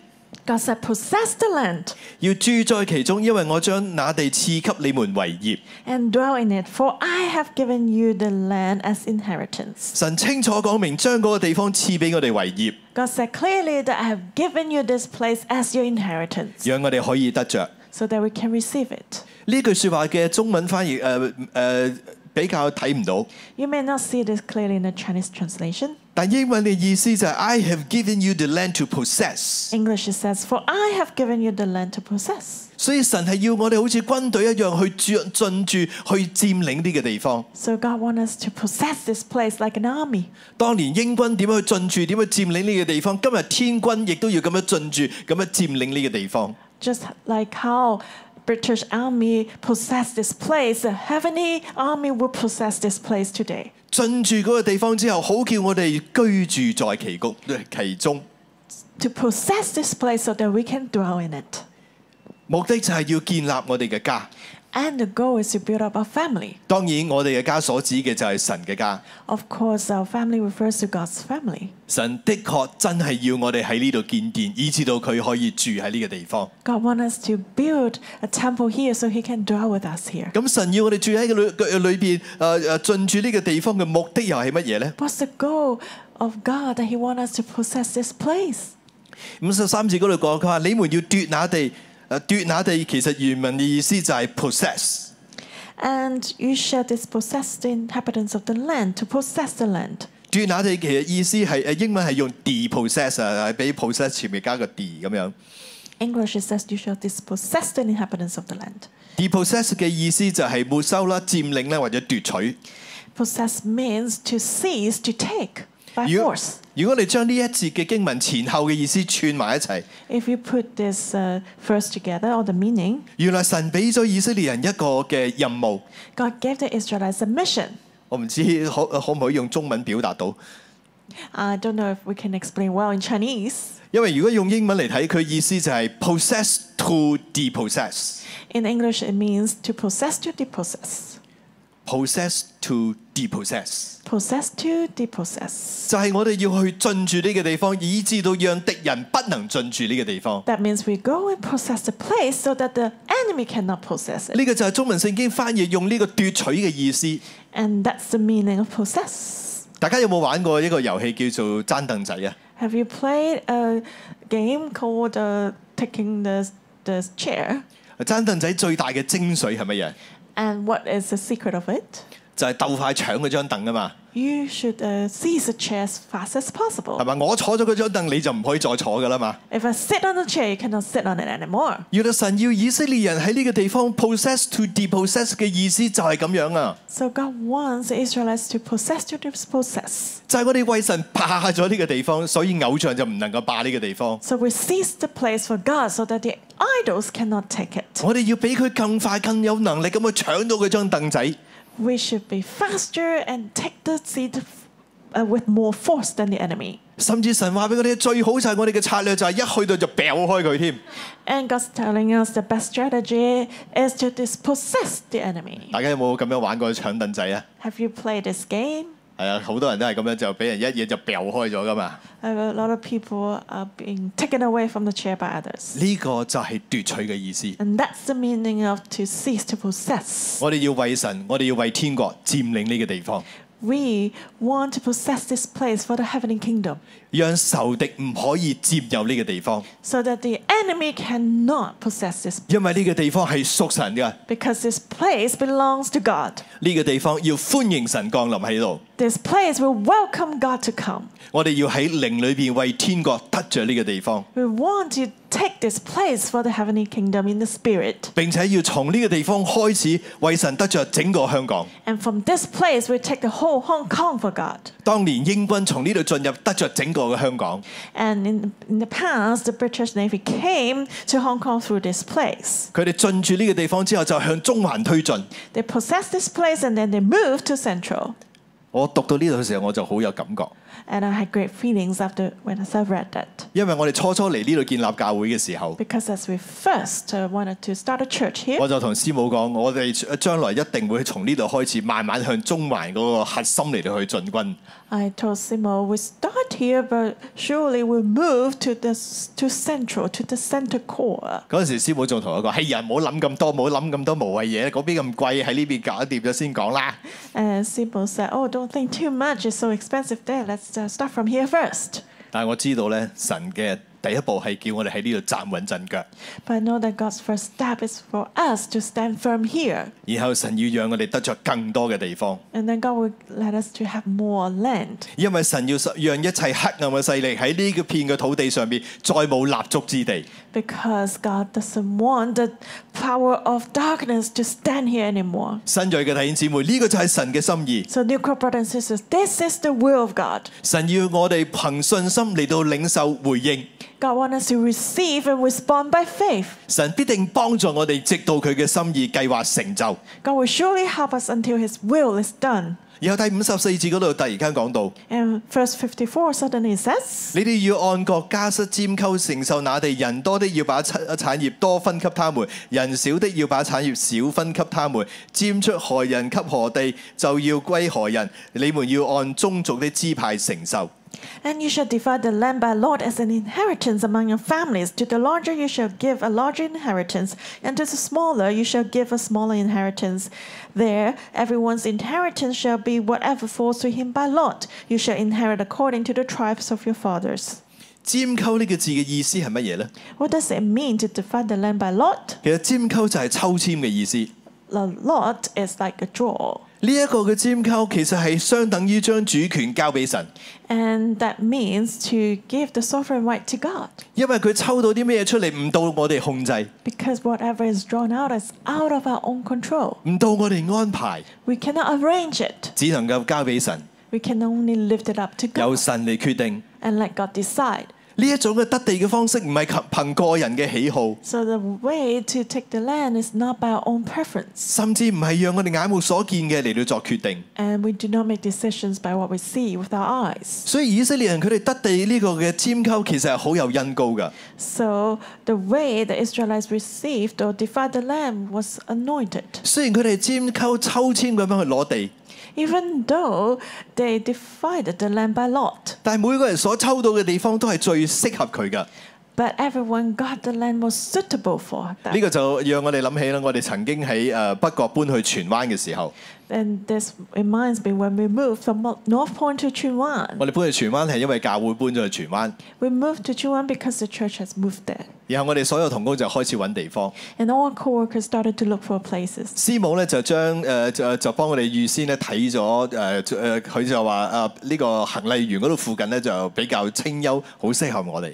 [SPEAKER 2] God said, possess the land
[SPEAKER 1] 要住在其中，因為我將那地賜給你們為業。
[SPEAKER 2] and dwell in it, for I have given you the land as inheritance.
[SPEAKER 1] 神清楚講明，將嗰個地方賜俾我哋為業，
[SPEAKER 2] God said clearly that I have given you this place as your inheritance
[SPEAKER 1] 讓我哋可以得着。
[SPEAKER 2] so that we can receive it.
[SPEAKER 1] 呢句說話嘅中文翻譯誒誒比較睇唔到，
[SPEAKER 2] You may not see this clearly in the Chinese translation.
[SPEAKER 1] 但英文嘅意思就係 I have given you the land to possess。
[SPEAKER 2] English it says, For I have given you the land to possess.
[SPEAKER 1] 所以神係要我哋好似軍隊一樣去進進駐、去佔領呢個地方。
[SPEAKER 2] So God wants us to possess this place like an army.
[SPEAKER 1] 當年英軍點樣去進駐、點樣佔領呢個地方，今日天軍亦都要咁樣進駐、咁樣佔領呢個地方。
[SPEAKER 2] Just like how British army possessed this place, the heavenly army will possess this place today.
[SPEAKER 1] 進駐嗰個地方之後，好叫我哋居住在其谷其中。
[SPEAKER 2] To possess this place so that we can dwell in it.
[SPEAKER 1] 目的就係要建立我哋嘅家。
[SPEAKER 2] And the goal is to build up our family.
[SPEAKER 1] 當然，我哋嘅家所指嘅就係神嘅家。
[SPEAKER 2] Of course, our family refers to God's family.
[SPEAKER 1] 神的確真係要我哋喺呢度建殿，以至到佢可以住喺呢個地方。
[SPEAKER 2] God wants us to build a temple here so He can dwell with us here.
[SPEAKER 1] 咁神要我哋住喺個裏裏邊，誒、誒進駐呢個地方嘅目的又係乜嘢呢？
[SPEAKER 2] What's the goal of God that He wants us to possess this place?
[SPEAKER 1] 五十三節嗰度講，佢話：你們要奪那地，誒、奪那地其實原文嘅意思就係 possess。
[SPEAKER 2] And you shall dispossess the inhabitants of the land to possess the land.
[SPEAKER 1] 奪那地其實意思係誒英文係用 depossess 啊，係俾 possess 前面加個 d 咁樣。
[SPEAKER 2] English it says you shall dispossess the inhabitants of the land.
[SPEAKER 1] depossess 嘅意思就係沒收啦、佔領啦或者奪取。
[SPEAKER 2] Possess means to seize, to take by
[SPEAKER 1] 如果
[SPEAKER 2] force.
[SPEAKER 1] 如果你將呢一節嘅經文前後嘅意思串埋一齊，
[SPEAKER 2] If you put this uh, verse together or the meaning,
[SPEAKER 1] 原來神俾咗以色列人一個嘅任務，
[SPEAKER 2] God gave the Israelites a mission.
[SPEAKER 1] 我唔知可可唔可以用中文表達到？
[SPEAKER 2] I don't know if we can explain well in Chinese.
[SPEAKER 1] 因為如果用英文嚟睇，佢意思就係 possess to depossess。
[SPEAKER 2] In English, it means to possess to depossess.
[SPEAKER 1] possess to depossess，
[SPEAKER 2] possess to depossess.
[SPEAKER 1] 就係我哋要去進住呢個地方，以至到讓敵人不能進住呢個地方。
[SPEAKER 2] That means we go and possess the place so that the enemy cannot possess it.
[SPEAKER 1] 呢個就係中文聖經翻譯用呢個奪取嘅意思。
[SPEAKER 2] And that's the meaning of possess.
[SPEAKER 1] 大家有冇玩過一個遊戲叫做爭凳仔啊？
[SPEAKER 2] Have you played a game called uh, taking the, the chair?
[SPEAKER 1] 爭凳仔最大嘅精髓係乜嘢？
[SPEAKER 2] And what is the secret of it?
[SPEAKER 1] 就係鬥快搶嗰張凳啊嘛，
[SPEAKER 2] You should uh, seize the chair as fast as
[SPEAKER 1] 係
[SPEAKER 2] possible.
[SPEAKER 1] 嘛？我坐咗嗰張凳，你就唔可以再坐噶啦嘛。
[SPEAKER 2] If I sit on the chair, you cannot sit on it anymore.
[SPEAKER 1] 原來神要以色列人喺呢個地方 possess to depossess 嘅意思就係咁樣啊，
[SPEAKER 2] So God wants the Israelites to possess to dispossess.
[SPEAKER 1] 就係、我哋為神霸咗呢個地方，所以偶像就唔能夠霸呢個地方。
[SPEAKER 2] So we seize the place for God so that the idols cannot take it.
[SPEAKER 1] 我哋要俾佢更快、更有能力咁去搶到佢張凳仔，
[SPEAKER 2] We should be faster and take the seat uh, with more force than the enemy.
[SPEAKER 1] 甚至神話俾我哋最好就係我哋嘅策略就係一去到就掉開佢添。
[SPEAKER 2] And God's telling us the best strategy is to dispossess the enemy.
[SPEAKER 1] 大家有冇咁樣玩過搶凳仔啊？
[SPEAKER 2] Have you played this game?
[SPEAKER 1] 係啊，好多人都係咁樣就俾人一嘢就掉開咗噶嘛。
[SPEAKER 2] A lot of people are being taken away from the chair by others.
[SPEAKER 1] 呢、個就係奪取嘅意思。
[SPEAKER 2] And that's the meaning of to seize, to possess.
[SPEAKER 1] 我哋要為神，我哋要為天國佔領呢個地方，
[SPEAKER 2] We want to possess this place for the heavenly kingdom
[SPEAKER 1] 讓仇敵唔可以佔有呢個地方，
[SPEAKER 2] so that the enemy cannot possess this
[SPEAKER 1] 因為呢個地方係屬神嘅，呢、
[SPEAKER 2] because this place belongs to God.
[SPEAKER 1] 個地方要歡迎神降臨喺度。
[SPEAKER 2] This place will welcome God to come.
[SPEAKER 1] 我哋要喺靈裏邊為天國得着呢個地方，
[SPEAKER 2] We want to take this place for the heavenly kingdom in the spirit.
[SPEAKER 1] 並且要從呢個地方開始為神得着整個香港。
[SPEAKER 2] And from this place, we take the whole Hong Kong for God.
[SPEAKER 1] 當年英軍從呢度進入，得着整個嘅香港。
[SPEAKER 2] And in, in the past, the British Navy came to Hong Kong through this place.
[SPEAKER 1] 佢哋進駐呢個地方之後，就向中環推進。
[SPEAKER 2] They possessed this place and then they moved to Central.
[SPEAKER 1] 我讀到呢度嘅時候，我就好有感覺，
[SPEAKER 2] And I had great feelings after when I read that.
[SPEAKER 1] 因為我哋初初嚟呢度建立教會嘅時候。
[SPEAKER 2] Because as we first uh, wanted to start a church here,
[SPEAKER 1] 我就同師母講，我哋將來一定會從呢度開始，慢慢向中環嗰個核心嚟到去進軍。
[SPEAKER 2] I told Simo, we start here, but surely we'll move to the s- to central, to the center core.
[SPEAKER 1] 嗰陣時，師母仲同我講：，哎呀，唔好諗咁多，唔好諗咁多無謂嘢，嗰邊咁貴，喺呢邊搞掂咗先講啦。
[SPEAKER 2] And Simo said, oh, don't think too much. It's so expensive there. Let's uh, start from here first.
[SPEAKER 1] 但係我知道咧，神嘅第一步係叫我哋喺呢度站穩陣腳，
[SPEAKER 2] But I know that God's first step is for us to stand firm here.
[SPEAKER 1] 然後神要讓我哋得着更多嘅地方，
[SPEAKER 2] And then God will let us to have more land.
[SPEAKER 1] 因為神要讓一切黑暗嘅勢力喺呢個片嘅土地上面再冇立足之地。
[SPEAKER 2] Because God doesn't want the power of darkness to stand here anymore.
[SPEAKER 1] 新锐嘅弟兄姊妹，呢、個就係神嘅心意。
[SPEAKER 2] So, dear brothers and sisters, this is the will of God.
[SPEAKER 1] 神要我哋憑信心嚟到領受回應。
[SPEAKER 2] God wants us to receive and respond by faith.
[SPEAKER 1] 神必定幫助我哋，直到佢嘅心意計劃成就。
[SPEAKER 2] God will surely help us until His will is done.
[SPEAKER 1] 然後第五十四節嗰度突然間講到：
[SPEAKER 2] And verse 54 suddenly it says,
[SPEAKER 1] 你哋要按國家室尖溝承受那地，人多的要把產產業多分給他們，人少的要把產業少分給他們。佔出何人給何地，就要歸何人。你們要按宗族的支派承受。
[SPEAKER 2] And you shall divide the land by lot as an inheritance among your families. To the larger you shall give a larger inheritance, and to the smaller you shall give a smaller inheritance. There, everyone's inheritance shall be whatever falls to him by lot. You shall inherit according to the tribes of your fathers.
[SPEAKER 1] 尖溝呢個字嘅意思係乜嘢呢？
[SPEAKER 2] What does it mean to divide the land by lot?
[SPEAKER 1] 其實尖溝就係抽籤嘅意思。呢
[SPEAKER 2] A lot is like a draw.
[SPEAKER 1] 一個嘅尖溝其實係相等於將主權交俾神。
[SPEAKER 2] And that means to give the sovereign right to God.
[SPEAKER 1] 因為佢抽到啲咩出嚟，唔到我哋控制，
[SPEAKER 2] Because whatever is drawn out is out of our own control.
[SPEAKER 1] 唔到我哋安排，
[SPEAKER 2] We cannot arrange it.
[SPEAKER 1] 只能夠交俾神，
[SPEAKER 2] We can only lift it up to
[SPEAKER 1] 由
[SPEAKER 2] God
[SPEAKER 1] 神嚟決定。
[SPEAKER 2] and let God decide.
[SPEAKER 1] 呢、呢一種嘅得地嘅方式唔係憑憑個人嘅喜好，
[SPEAKER 2] So the way to take the land is not by our own preference,
[SPEAKER 1] 甚至唔係讓我哋眼目所見嘅嚟到作決定。
[SPEAKER 2] and we do not make decisions by what we see with our eyes.
[SPEAKER 1] 所以以色列人佢哋得地呢個嘅尖溝其實係好有恩高㗎。
[SPEAKER 2] So the way the Israelites received or divided the land was anointed.
[SPEAKER 1] 雖然佢哋尖溝抽籤咁樣去攞地，
[SPEAKER 2] Even though they divided the land by lot,
[SPEAKER 1] 但係每個人所抽到嘅地方都係最適合佢㗎。
[SPEAKER 2] but everyone got the land most suitable for
[SPEAKER 1] 呢
[SPEAKER 2] them.
[SPEAKER 1] 個就讓我哋諗起啦，我哋曾經喺誒北角搬去荃灣嘅時候，
[SPEAKER 2] And this reminds me when we moved from Mo- North Point to Chin Wan.
[SPEAKER 1] 我哋搬去荃灣係因為教會搬咗去荃灣，
[SPEAKER 2] We moved to Chin Wan because the church has moved there.
[SPEAKER 1] 然後我哋所有同工就開始揾地方。
[SPEAKER 2] And all our coworkers started to look for places.
[SPEAKER 1] 師母咧就將誒、呃就就幫我哋預先咧睇咗誒誒，佢、就話啊呢個行麗園嗰度附近咧就比較清幽，好適合我哋。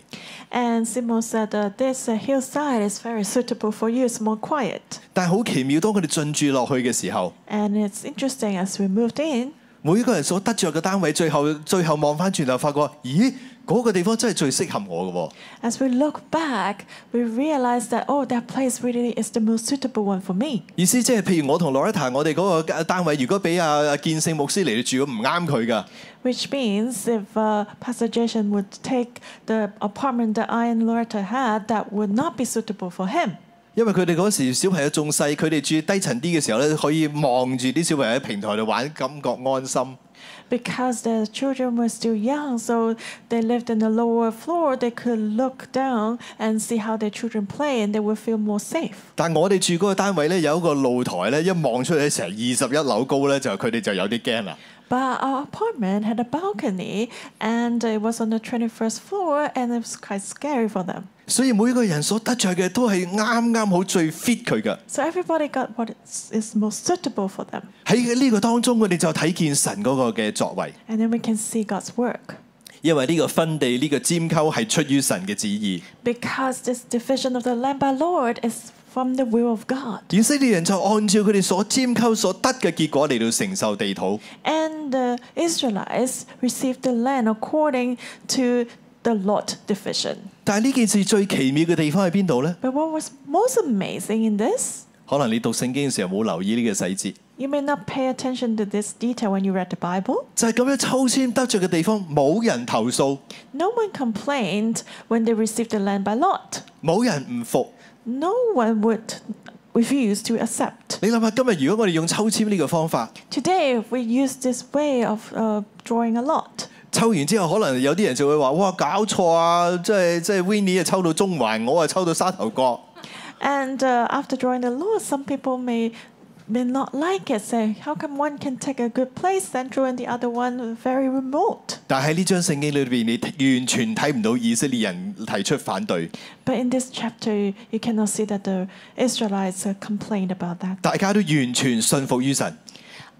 [SPEAKER 2] And Simo said, uh, This uh, hillside is very suitable for you, it's more quiet.
[SPEAKER 1] 但係好奇妙，當佢哋進駐落去嘅時候，
[SPEAKER 2] And it's interesting as we moved in,
[SPEAKER 1] 每一個人所得着嘅單位，最後最後望翻轉頭，發覺咦嗰、個地方真係最適合我嘅喎、
[SPEAKER 2] as we look back, we realize that, oh, that place really is the most suitable one for me.
[SPEAKER 1] 意思即係譬如我同 Loretta 我哋嗰個單位，如果俾阿阿建聖牧師嚟住，唔啱佢㗎。
[SPEAKER 2] Which means if uh, Pastor Jason would take the apartment that I and Loretta had, that would not be suitable for him.
[SPEAKER 1] 因為佢哋嗰時小朋友仲細，佢哋住低層啲嘅時候咧，可以望住啲小朋友喺平台度玩，感覺安心。
[SPEAKER 2] Because the children were still young, so they lived in the lower floor, they could look down and see how their children play and they would feel more safe.
[SPEAKER 1] 但我哋住嗰個單位咧，有一個露台咧，一望出去成二十一樓高咧，就佢哋就有啲驚啦。
[SPEAKER 2] But our apartment had a balcony and it was on the 21st floor and it was quite scary for them.
[SPEAKER 1] 所以每個人所得着嘅都係啱啱好最 fit 佢嘅。
[SPEAKER 2] So everybody got what is, is most suitable for them.
[SPEAKER 1] 喺呢個當中，佢哋就睇見神嗰個嘅作為，
[SPEAKER 2] And then we can see God's work.
[SPEAKER 1] 因為呢個分地呢、個尖溝係出於神嘅旨意。
[SPEAKER 2] Because this division of the land by Lord is from the will of God.
[SPEAKER 1] 以色列人就按照佢哋所尖溝所得嘅結果嚟到承受地土。
[SPEAKER 2] And the Israelites received the land according to the lot division.
[SPEAKER 1] 但係呢件事最奇妙嘅地方喺邊度呢？
[SPEAKER 2] But what was most amazing in this,
[SPEAKER 1] 可能你讀聖經嘅時候冇留意呢個細節，
[SPEAKER 2] you may not pay attention to this detail when you read the Bible.
[SPEAKER 1] 就係、咁樣抽籤得着嘅地方，冇人投訴，
[SPEAKER 2] No one complained when they received the land by lot.
[SPEAKER 1] 冇人唔服。
[SPEAKER 2] No one would refuse to accept.
[SPEAKER 1] 你諗下，今日如果我哋用抽籤呢個方法，
[SPEAKER 2] Today, if we use this way of uh, drawing a lot.
[SPEAKER 1] 抽完之後，可能有啲人就會話：哇，搞錯啊！即係即係 Winnie 啊，抽到中環，我啊抽到沙頭角。
[SPEAKER 2] And uh, after drawing the lot, some people may may not like it, say, how come one can take a good place central and the other one very remote?
[SPEAKER 1] 但喺呢張聖經裏邊，你完全睇唔到以色列人提出反對，
[SPEAKER 2] But in this chapter, you cannot see that the Israelites uh, complained about that.
[SPEAKER 1] 大家都完全信服於神。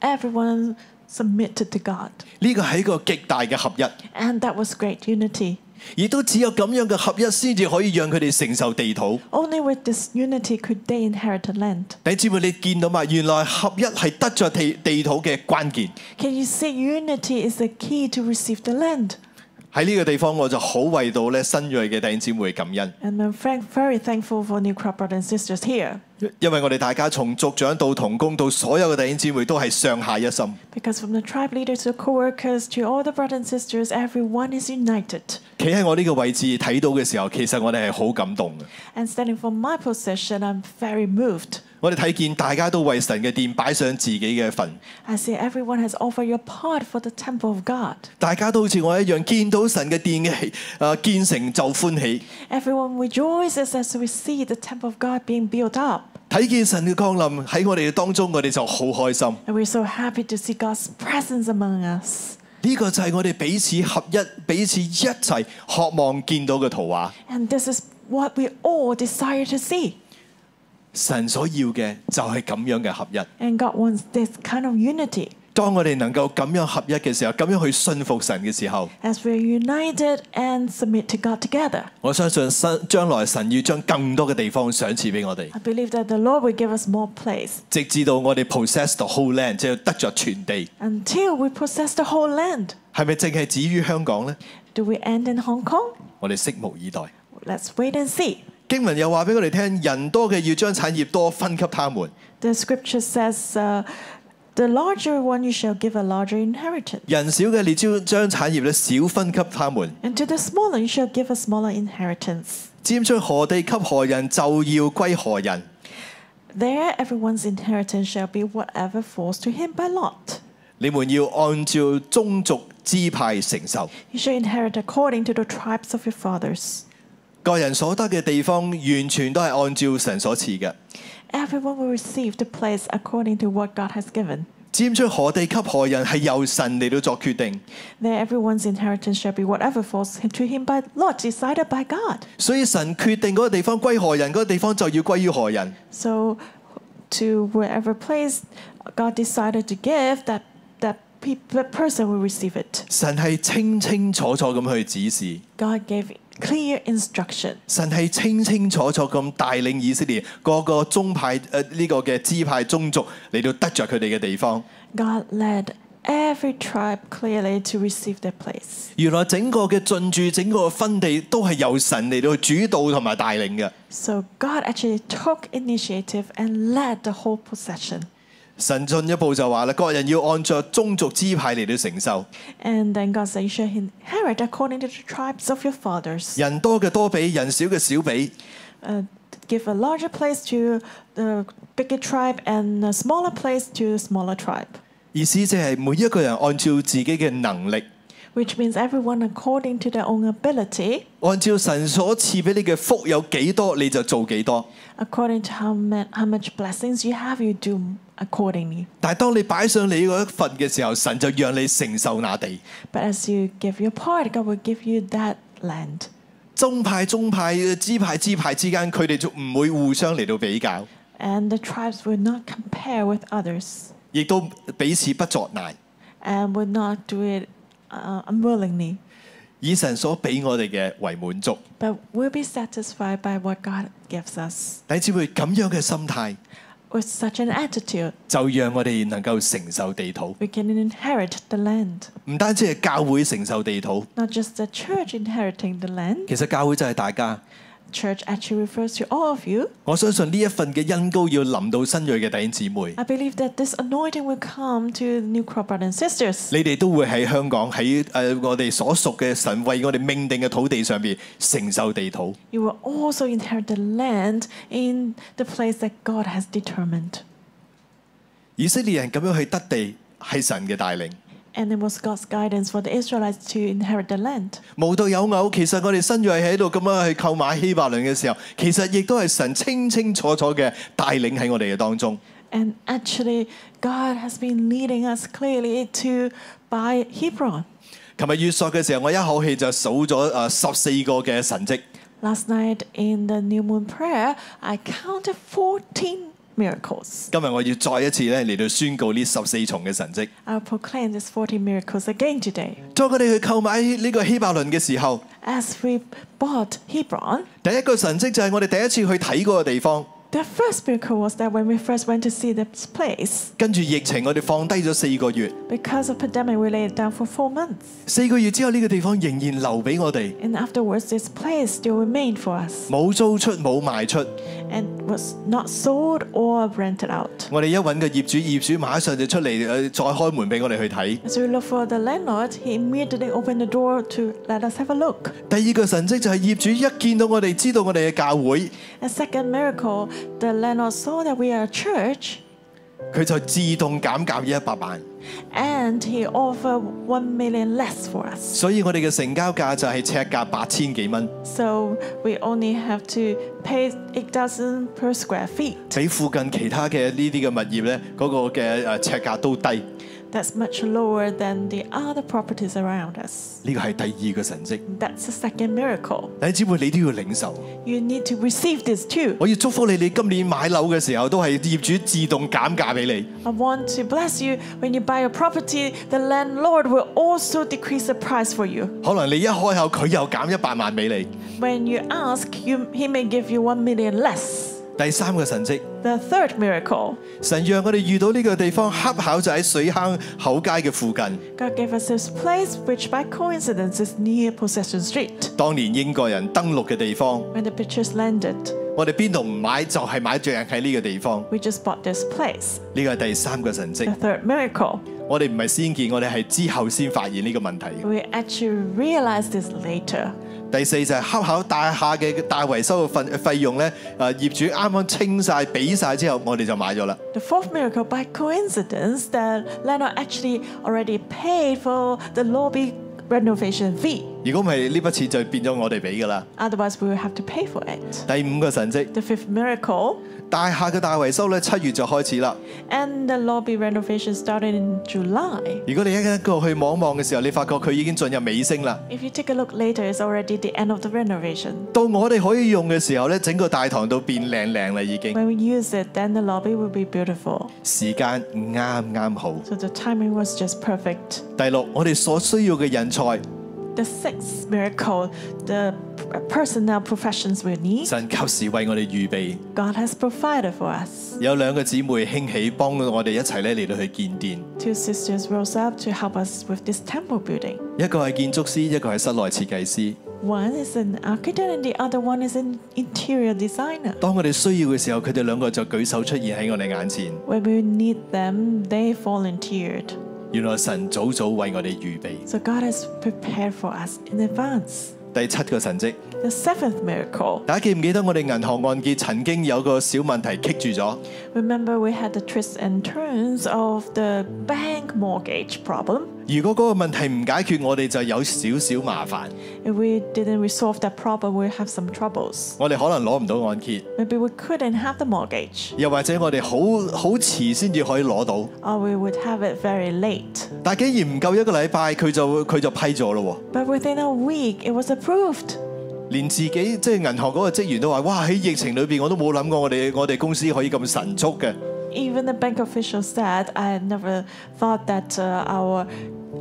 [SPEAKER 2] Everyone submitted to God,
[SPEAKER 1] 呢個係一個極大嘅合一，
[SPEAKER 2] and that was great unity.
[SPEAKER 1] 亦都只有咁樣嘅合一，先至可以讓佢哋承受地土。
[SPEAKER 2] Only with this unity could they inherit the land.
[SPEAKER 1] 弟兄姊妹，你見到嘛？原來合一係得着地地土嘅關鍵。
[SPEAKER 2] Can you see unity is the key to receive the land?
[SPEAKER 1] 喺呢個地方，我就好為到咧新锐嘅弟兄姊妹感恩，
[SPEAKER 2] And I'm frank, very thankful for New Crop Brothers and Sisters here.
[SPEAKER 1] 因為我哋大家從族長到童工到所有嘅弟兄姊妹都係上下一心。
[SPEAKER 2] Because from the tribe leaders to co-workers to all the brothers and sisters, everyone is united.
[SPEAKER 1] 企喺我呢個位置睇到嘅時候，其實我哋係好感動嘅。
[SPEAKER 2] And standing from my position, I'm very moved.
[SPEAKER 1] 我哋睇見大家都為神嘅殿擺上自己嘅份，
[SPEAKER 2] I see everyone has offered your part for the temple of God.
[SPEAKER 1] 大家都好似我一樣，見到神嘅殿嘅起，啊建成就歡喜。
[SPEAKER 2] Everyone rejoices as we see the temple of God being built up.
[SPEAKER 1] 睇見神嘅降臨喺我哋當中，我哋就好開心。
[SPEAKER 2] And we're so happy to see God's presence among us.
[SPEAKER 1] 呢個就係我哋彼此合一、彼此一齊渴望見到嘅圖畫。
[SPEAKER 2] And this is what we all desire to see.
[SPEAKER 1] 神所要嘅就係咁樣嘅合一。
[SPEAKER 2] And God wants this kind of unity.
[SPEAKER 1] 當我哋能夠咁樣合一嘅時候，咁樣去信服神嘅時候，
[SPEAKER 2] As we're united and submit to God together,
[SPEAKER 1] 我相信新將來神要將更多嘅地方賞賜俾我哋，
[SPEAKER 2] I believe that the Lord will give us more place
[SPEAKER 1] 直至到我哋 possess the whole land，即係得着全地。
[SPEAKER 2] until we possess the whole land.
[SPEAKER 1] 係咪淨係止於香港呢？
[SPEAKER 2] Do we end in Hong Kong?
[SPEAKER 1] 我哋拭目以待。
[SPEAKER 2] Let's wait and see.
[SPEAKER 1] 經文又話俾我哋聽，人多嘅要將產業多分給他們，
[SPEAKER 2] The scripture says, uh, The larger one you shall give a larger inheritance,
[SPEAKER 1] 人少嘅你將將產業咧少分給他們。
[SPEAKER 2] and to the smaller you shall give a smaller inheritance.
[SPEAKER 1] 佔出何地給何人，就要歸何人。
[SPEAKER 2] There everyone's inheritance shall be whatever falls to him by lot.
[SPEAKER 1] 你們要按照宗族支派承受，
[SPEAKER 2] You shall inherit according to the tribes of your fathers.
[SPEAKER 1] 各人所得嘅地方完全都係按照神所賜嘅。
[SPEAKER 2] Everyone will receive the place according to what God has given.
[SPEAKER 1] 佔出何地給何人係由神嚟到作決定，
[SPEAKER 2] There everyone's inheritance shall be whatever falls to him by lot, decided by God.
[SPEAKER 1] 所以神決定嗰個地方歸何人，嗰、個地方就要歸於何人。
[SPEAKER 2] So, to wherever place God decided to give, that that, peop that person will receive it.
[SPEAKER 1] 神係清清楚楚咁去指示，
[SPEAKER 2] God gave clear instruction.
[SPEAKER 1] 神係清清楚楚咁帶領以色列各個宗派誒呢、個嘅支派宗族嚟到得着佢哋嘅地方。
[SPEAKER 2] God led every tribe clearly to receive their place.
[SPEAKER 1] 原來整個嘅進駐、整個嘅分地都係由神嚟到主導同埋帶領嘅。
[SPEAKER 2] So God actually took initiative and led the whole possession.
[SPEAKER 1] 神進一步就話啦，各人要按照宗族支派嚟到承受，
[SPEAKER 2] And then God said, You shall inherit according to the tribes of your fathers.
[SPEAKER 1] 人多嘅多俾，人少嘅少俾。
[SPEAKER 2] Uh, give a larger place to the bigger tribe and a smaller place to the smaller tribe,
[SPEAKER 1] 意思即係每一個人按照自己嘅能力，
[SPEAKER 2] which means everyone according to their own ability,
[SPEAKER 1] 按照神所賜俾你嘅福有幾多，你就做幾多。
[SPEAKER 2] according to how, ma- how much blessings you have, you do accordingly.
[SPEAKER 1] 但係當你擺上你嗰一份嘅時候，神就讓你承受那地。
[SPEAKER 2] But as you give your part, God will give you that land.
[SPEAKER 1] 宗派、宗派、支派、支派之間，佢哋就唔會互相嚟到比較，
[SPEAKER 2] And the tribes will not compare with others
[SPEAKER 1] 亦都彼此不作難。
[SPEAKER 2] and will not do it uh, unwillingly,
[SPEAKER 1] 以神所俾我哋嘅為滿足。
[SPEAKER 2] but will be satisfied by what God gives us.
[SPEAKER 1] 弟兄姊妹咁樣嘅心態，
[SPEAKER 2] With such an attitude,
[SPEAKER 1] 就讓我哋能夠承受地土。
[SPEAKER 2] we can inherit the land.
[SPEAKER 1] 唔單止係教會承受地土，
[SPEAKER 2] Not just the church inheriting the land,
[SPEAKER 1] 其實教會就係大家。
[SPEAKER 2] church actually refers to all of you.
[SPEAKER 1] 我相信呢一份嘅恩膏要臨到新锐嘅弟兄姊妹，
[SPEAKER 2] I believe that this anointing will come to the new crop brothers and sisters.
[SPEAKER 1] 你哋都會喺香港喺誒、呃我哋所屬嘅神為我哋命定嘅土地上邊承受地土。
[SPEAKER 2] You will also inherit the land in the place that God has determined.
[SPEAKER 1] 以色列人咁樣去得地係神嘅帶領。
[SPEAKER 2] And it was God's guidance for the Israelites to inherit the land.
[SPEAKER 1] 無獨有偶，其實我哋新锐喺度咁樣去購買希伯倫嘅時候，其實亦都係神清清楚楚嘅帶領喺我哋嘅當中。
[SPEAKER 2] And actually, God has been leading us clearly to buy Hebron.
[SPEAKER 1] 琴日月朔嘅時候，我一口氣就數咗誒十四個嘅神跡。
[SPEAKER 2] Last night in the new moon prayer, I counted 14 miracles.
[SPEAKER 1] 今日我要再一次咧嚟到宣告呢十四重嘅神跡。
[SPEAKER 2] I'll proclaim these 14 miracles again today.
[SPEAKER 1] 當我哋去購買呢個希伯倫嘅時候，
[SPEAKER 2] As we bought Hebron,
[SPEAKER 1] 第一個神跡就係我哋第一次去睇嗰個地方。
[SPEAKER 2] the first miracle was that when we first went to see this place,
[SPEAKER 1] 跟住疫情，我哋放低咗四個月。
[SPEAKER 2] because of pandemic, we laid it down for four months.
[SPEAKER 1] 四個月之後，呢、個地方仍然留俾我哋，
[SPEAKER 2] And afterwards, this place still remained for us
[SPEAKER 1] 冇租出冇賣出。
[SPEAKER 2] and was not sold or rented out.
[SPEAKER 1] 我哋一揾個業主，業主馬上就出嚟誒、呃再開門俾我哋去睇。
[SPEAKER 2] As we looked for the landlord, he immediately opened the door to let us have a look.
[SPEAKER 1] 第二個神跡就係業主一見到我哋，知道我哋嘅教會，
[SPEAKER 2] A second miracle, the landlord saw that we are a church
[SPEAKER 1] 佢就自動減價一百萬。
[SPEAKER 2] and he offered 1 million less for us.
[SPEAKER 1] 所以我哋嘅成交價就係尺價八千幾蚊，
[SPEAKER 2] So we only have to pay 8,000 per square feet.
[SPEAKER 1] 比附近其他嘅呢啲嘅物業呢，嗰、個嘅誒尺價都低。
[SPEAKER 2] That's much lower than the other properties around us.
[SPEAKER 1] 呢個係第二個神跡。
[SPEAKER 2] That's the second miracle.
[SPEAKER 1] 弟兄姊妹，你都要領受。
[SPEAKER 2] You need to receive this too.
[SPEAKER 1] 我要祝福你，你今年買樓嘅時候都係業主自動減價俾你。
[SPEAKER 2] I want to bless you. When you buy a property, the landlord will also decrease the price for you.
[SPEAKER 1] 可能你一開口佢又減一百萬俾你。
[SPEAKER 2] When you ask, you, he may give you one million less.
[SPEAKER 1] 第三個神跡，
[SPEAKER 2] The third miracle,
[SPEAKER 1] 神讓我哋遇到呢個地方，恰巧就喺水坑口街嘅附近。
[SPEAKER 2] God gave us this place which by coincidence is near Possession Street,
[SPEAKER 1] 當年英國人登陸嘅地方，
[SPEAKER 2] when the pictures landed.
[SPEAKER 1] 我哋邊度唔買就係買最近喺呢個地方。
[SPEAKER 2] We just bought this place.
[SPEAKER 1] 呢個係第三個神跡
[SPEAKER 2] The。third miracle.
[SPEAKER 1] 我哋唔係先見，我哋係之後先發現呢個問題。
[SPEAKER 2] We actually realized this later.
[SPEAKER 1] 第四就係恰巧大廈嘅大維修嘅費費用咧，誒業主啱啱清晒俾晒之後，我哋就買咗啦。
[SPEAKER 2] The fourth miracle, by coincidence, the landlord actually already paid for the lobby renovation fee.
[SPEAKER 1] 如果唔係呢筆錢就變咗我哋俾噶啦。
[SPEAKER 2] Otherwise, we will have to pay for it.
[SPEAKER 1] 第五個神跡，
[SPEAKER 2] The fifth miracle,
[SPEAKER 1] 大廈嘅大維修咧七月就開始啦。
[SPEAKER 2] and the lobby renovation started in July.
[SPEAKER 1] 如果你一間一個去望一望嘅時候，你發覺佢已經進入尾聲啦。
[SPEAKER 2] If you take a look later, it's already the end of the renovation.
[SPEAKER 1] 到我哋可以用嘅時候咧，整個大堂都變靚靚啦，已經
[SPEAKER 2] When we use it, then the lobby will be beautiful.
[SPEAKER 1] 時間啱啱好。
[SPEAKER 2] So the timing was just perfect.
[SPEAKER 1] 第六，我哋所需要嘅人才，
[SPEAKER 2] The sixth miracle, the personnel professions we need,
[SPEAKER 1] 神及時為我哋預備。
[SPEAKER 2] God has provided for us.
[SPEAKER 1] 有兩個姊妹興起，幫我哋一齊咧嚟到去建殿。
[SPEAKER 2] Two sisters rose up to help us with this temple building.
[SPEAKER 1] 一個係建築師，一個係室內設計師。
[SPEAKER 2] One is an architect and the other one is an interior designer.
[SPEAKER 1] 當我哋需要嘅時候，佢哋兩個就舉手出現喺我哋眼前。
[SPEAKER 2] When we need them, they volunteered.
[SPEAKER 1] 原來神早早為我哋預備。
[SPEAKER 2] So God has prepared for us in advance.
[SPEAKER 1] 第七個神跡，
[SPEAKER 2] The seventh miracle.
[SPEAKER 1] 大家記唔記得我哋銀行按揭曾經有個小問題棘住咗？
[SPEAKER 2] Remember, we had the twists and turns of the bank mortgage problem.
[SPEAKER 1] 如果嗰個問題唔解決，我哋就有少少麻煩，
[SPEAKER 2] If we didn't resolve that problem, we have some troubles.
[SPEAKER 1] 我哋可能攞唔到按揭，
[SPEAKER 2] Maybe we couldn't have the mortgage,
[SPEAKER 1] 又或者我哋好好遲先至可以攞到。
[SPEAKER 2] or we would have it very late.
[SPEAKER 1] 但係竟然唔夠一個禮拜，佢就佢就批咗咯
[SPEAKER 2] But within a week, it was approved.
[SPEAKER 1] 喎。連自己即係銀行嗰個職員都話：哇！喺疫情裏邊，我都冇諗過我哋我哋公司可以咁神速嘅。
[SPEAKER 2] Even the bank official said, I had never thought that uh, our,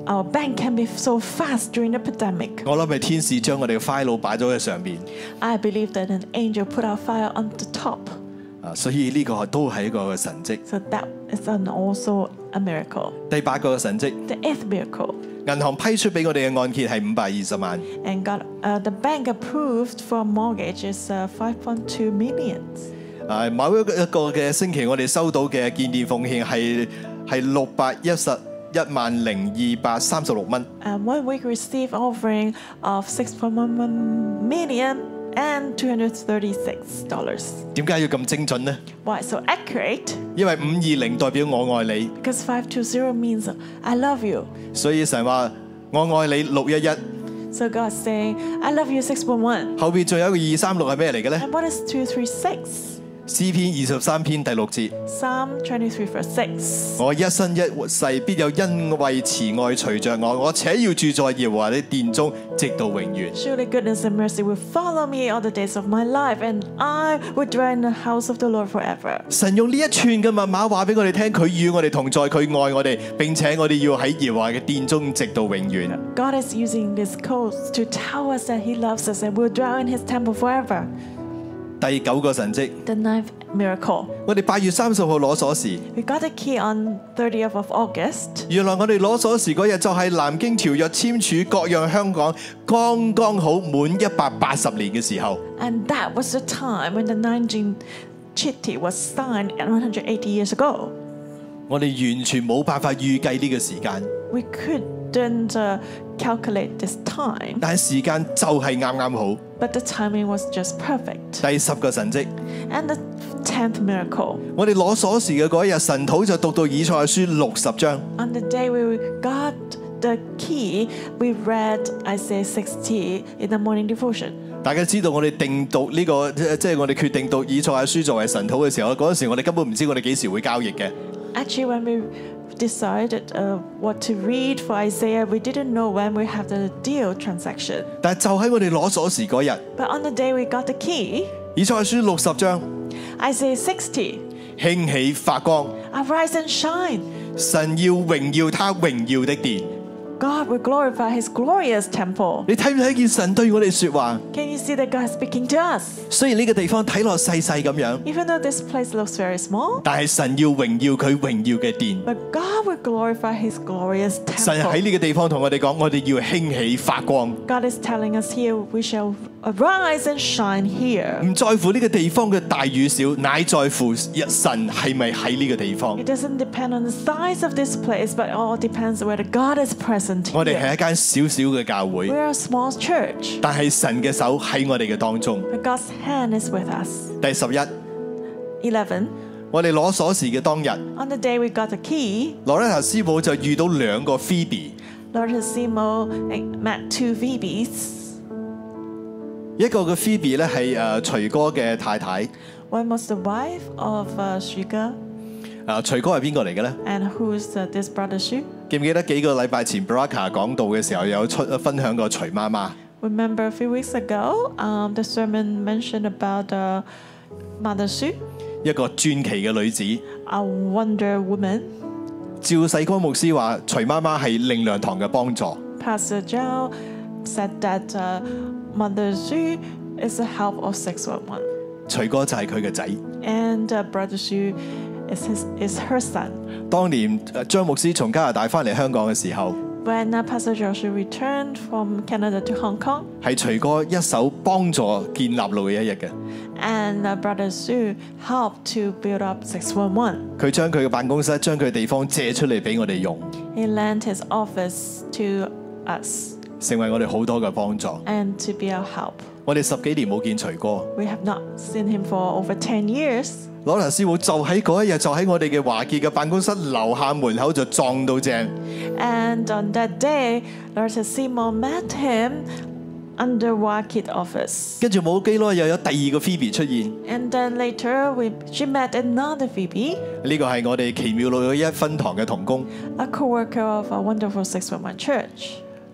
[SPEAKER 2] our bank can be so fast during the pandemic.
[SPEAKER 1] 我諗係天使將我哋嘅 file 擺咗喺上邊
[SPEAKER 2] I believe that an angel put our file on the top.
[SPEAKER 1] 啊，所以呢個都係一個神跡。
[SPEAKER 2] So that is an, also a miracle.
[SPEAKER 1] 第八個神跡，
[SPEAKER 2] The eighth miracle.
[SPEAKER 1] 銀行批出俾我哋嘅按揭係五百二十萬，
[SPEAKER 2] And got uh, the bank approved for mortgage is uh, 5.2 million.
[SPEAKER 1] 啊，某一個一個嘅星期我哋收到嘅建殿奉獻係係六百一十一萬零二百三十六蚊。
[SPEAKER 2] And one week received offering of 6.1 million and 236 dollars.
[SPEAKER 1] 點解要咁精準呢？
[SPEAKER 2] Why so accurate?
[SPEAKER 1] 因為五二零代表我愛你，
[SPEAKER 2] Because 520 means I love you.
[SPEAKER 1] 所以神話我愛你六一一。
[SPEAKER 2] So God saying, I love you 611.
[SPEAKER 1] 後邊仲有一個二三六係咩嚟嘅呢？
[SPEAKER 2] And what is 236?
[SPEAKER 1] 詩篇二十三篇第六節。
[SPEAKER 2] Psalm 23 verse 6.
[SPEAKER 1] 我一生一世必有恩惠慈愛隨着我，我且要住在耶和華的殿中，直到永遠。
[SPEAKER 2] Surely goodness and mercy will follow me all the days of my life, and I will dwell in the house of the Lord forever.
[SPEAKER 1] 神用呢一串嘅密碼話俾我哋聽，佢與我哋同在，佢愛我哋，並且我哋要喺耶和華嘅殿中直到永遠。
[SPEAKER 2] God is using this code to tell us that He loves us and will dwell in His temple forever.
[SPEAKER 1] 第九個神跡，
[SPEAKER 2] The ninth miracle.
[SPEAKER 1] 我哋八月三十號攞鎖匙，
[SPEAKER 2] We got the key on 30th of August.
[SPEAKER 1] 原來我哋攞鎖匙嗰日就係南京條約簽署割讓香港剛剛好滿一百八十年嘅時候。
[SPEAKER 2] And that was the time when the Nanjing Treaty was signed 180 years ago.
[SPEAKER 1] 我哋完全冇辦法預計呢個時間，
[SPEAKER 2] We couldn't uh, calculate this time,
[SPEAKER 1] 但係時間就係啱啱好。
[SPEAKER 2] but the timing was just perfect.
[SPEAKER 1] 第十個神跡。
[SPEAKER 2] And the 10th miracle.
[SPEAKER 1] 我哋攞鎖匙嘅嗰一日，神土就讀到以賽亞書六十章。
[SPEAKER 2] On the day we got the key, we read Isaiah 60 in the morning devotion.
[SPEAKER 1] 大家知道我哋定讀呢、個即即係我哋決定讀以賽亞書作為神土嘅時候，嗰陣時我哋根本唔知我哋幾時會交易嘅。
[SPEAKER 2] Actually, when we decided uh, what to read for Isaiah, we didn't know when we have the deal transaction.
[SPEAKER 1] 但係就喺我哋攞鎖匙嗰日，
[SPEAKER 2] But on the day we got the key,
[SPEAKER 1] 以賽亞書六十章
[SPEAKER 2] Isaiah 60,
[SPEAKER 1] 興起發光，
[SPEAKER 2] arise and shine.
[SPEAKER 1] 神要榮耀他榮耀的殿。
[SPEAKER 2] God will glorify his glorious temple.
[SPEAKER 1] 你睇唔睇見神對我哋說話？
[SPEAKER 2] Can you see that God is speaking to us?
[SPEAKER 1] 雖然呢個地方睇落細細咁樣，
[SPEAKER 2] Even though this place looks very small,
[SPEAKER 1] 但係神要榮耀佢榮耀嘅殿。
[SPEAKER 2] but God will glorify his glorious
[SPEAKER 1] 神喺
[SPEAKER 2] temple.
[SPEAKER 1] 呢個地方同我哋講，我哋要興起發光，
[SPEAKER 2] God is telling us here, we shall arise and shine here.
[SPEAKER 1] 唔在乎呢個地方嘅大與小，乃在乎神係咪喺呢個地方
[SPEAKER 2] It。doesn't depend on the size of this place, but all depends whether God is present
[SPEAKER 1] 我哋
[SPEAKER 2] here.
[SPEAKER 1] 係一間小小嘅教
[SPEAKER 2] We
[SPEAKER 1] 會，
[SPEAKER 2] are a small church,
[SPEAKER 1] 但係神嘅手喺我哋嘅當中。
[SPEAKER 2] but God's hand is with us.
[SPEAKER 1] 第十一，
[SPEAKER 2] 11.
[SPEAKER 1] 我哋攞鎖匙嘅當日，
[SPEAKER 2] On the day we got the key,
[SPEAKER 1] 羅拉塔師母就遇到兩個 Phoebe，
[SPEAKER 2] Lord Hasimo eh, met two Phoebes.
[SPEAKER 1] 一個嘅 Phoebe 咧係誒徐哥嘅太太，
[SPEAKER 2] One was the wife of uh, Shuga,
[SPEAKER 1] 啊徐哥係邊個嚟嘅咧？
[SPEAKER 2] and who's uh, this brother Shu?
[SPEAKER 1] 記唔記得幾個禮拜前 Braca 講道嘅時候有出分享過徐媽媽？
[SPEAKER 2] Remember a few weeks ago, um, the sermon mentioned about uh, Mother Shu,
[SPEAKER 1] 一個傳奇嘅女子。
[SPEAKER 2] a wonder woman.
[SPEAKER 1] 趙世光牧師話：徐媽媽係令良堂嘅幫助。
[SPEAKER 2] Pastor Zhao said that uh, Mother Xu is the help of 611,
[SPEAKER 1] 徐哥就係佢嘅仔。
[SPEAKER 2] and uh, Brother Xu is, his, is her son.
[SPEAKER 1] 當年呃張牧師從加拿大翻嚟香港嘅時候，
[SPEAKER 2] When uh, Pastor Zhao Xu returned from Canada to Hong Kong,
[SPEAKER 1] 係徐哥一手幫助建立路嘅一日嘅。
[SPEAKER 2] and uh, Brother Xu helped to build up 611.
[SPEAKER 1] 佢將佢嘅辦公室、將佢地方借出嚟俾我哋用，
[SPEAKER 2] He lent his office to us
[SPEAKER 1] 成為我哋好多嘅幫助。
[SPEAKER 2] and to be our help.
[SPEAKER 1] 我哋十幾年冇見徐哥，
[SPEAKER 2] We have not seen him for over 10 years.
[SPEAKER 1] 羅蘭師傅就喺嗰一日就喺我哋嘅華傑嘅辦公室樓下門口就撞到正。
[SPEAKER 2] And on that day, Lord Seymour met him under Wakit office.
[SPEAKER 1] 跟住冇幾耐又有第二個 Phoebe 出現，
[SPEAKER 2] And then later, we, she met another Phoebe,
[SPEAKER 1] 呢個係我哋奇妙路一分堂嘅童工。
[SPEAKER 2] a co-worker of a wonderful 611 church.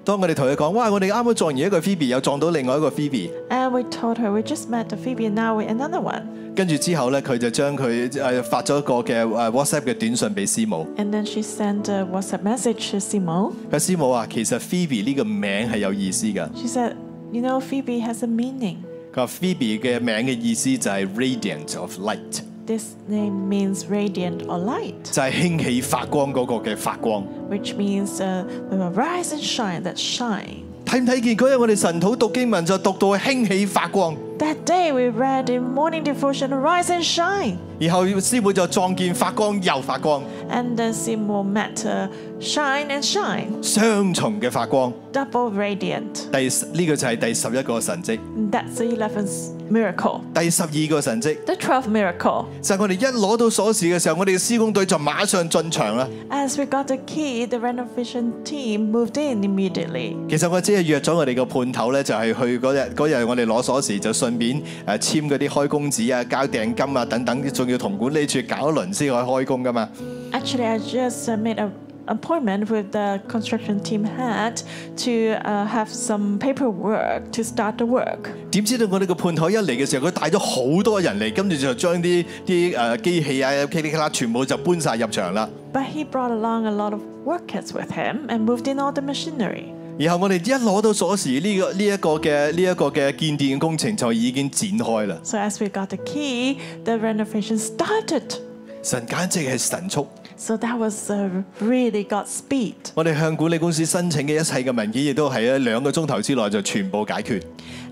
[SPEAKER 1] 當我哋同佢講，哇！我哋啱啱撞完一個 Phoebe，又撞到另外一個 Phoebe，
[SPEAKER 2] And we told her we just met the Phoebe and now we another one.
[SPEAKER 1] 跟住之後咧，佢就將佢誒發咗一個嘅誒 WhatsApp 嘅短信俾師母。
[SPEAKER 2] And then she sent a WhatsApp message to Simo.
[SPEAKER 1] 佢話師母啊，其實 Phoebe 呢個名係有意思㗎。
[SPEAKER 2] She said, you know, Phoebe has a meaning.
[SPEAKER 1] 佢話 Phoebe 嘅名嘅意思就係 radiant of light，
[SPEAKER 2] This name means radiant or light,
[SPEAKER 1] 就係興起發光嗰個嘅發光。
[SPEAKER 2] which means uh, we will rise and shine, that shine.
[SPEAKER 1] 睇唔睇見嗰日我哋神土讀經文就讀到興起發光，
[SPEAKER 2] That day we read in morning devotion, Rise and Shine.
[SPEAKER 1] 然後師母就撞見發光又發光，
[SPEAKER 2] And then Simo met her, Shine and Shine,
[SPEAKER 1] 雙重嘅發光。
[SPEAKER 2] double radiant.
[SPEAKER 1] 第十呢、個就係第十一個神跡，
[SPEAKER 2] And that's the 11th miracle.
[SPEAKER 1] 第十二個神跡。
[SPEAKER 2] The 12th miracle.
[SPEAKER 1] 就係我哋一攞到鎖匙嘅時候，我哋嘅施工隊就馬上進場啦。
[SPEAKER 2] As we got the key, the renovation team moved in immediately.
[SPEAKER 1] 其實我只係約咗我哋個判頭咧，就係去嗰日嗰日我哋攞鎖匙，就順便誒簽嗰啲開工紙啊、交訂金啊等等，仲要同管理處搞一輪先可以開工噶嘛。
[SPEAKER 2] Actually, I just uh, made an appointment with the construction team head to uh, have some paperwork to start the work.
[SPEAKER 1] 點知道我哋個判頭一嚟嘅時候，佢帶咗好多人嚟，跟住就將啲啲誒機器啊、噼里啪啦全部就搬晒入場啦。
[SPEAKER 2] But he brought along a lot of workers with him and moved in all the machinery.
[SPEAKER 1] 然後我哋一攞到鎖匙，呢、個呢一、個嘅呢一個嘅建電嘅工程就已經展開啦。
[SPEAKER 2] So as we got the key, the renovation started.
[SPEAKER 1] 神簡直係神速。
[SPEAKER 2] So that was uh, really God's speed.
[SPEAKER 1] 我哋向管理公司申請嘅一切嘅文件，亦都係喺兩個鐘頭之內就全部解決。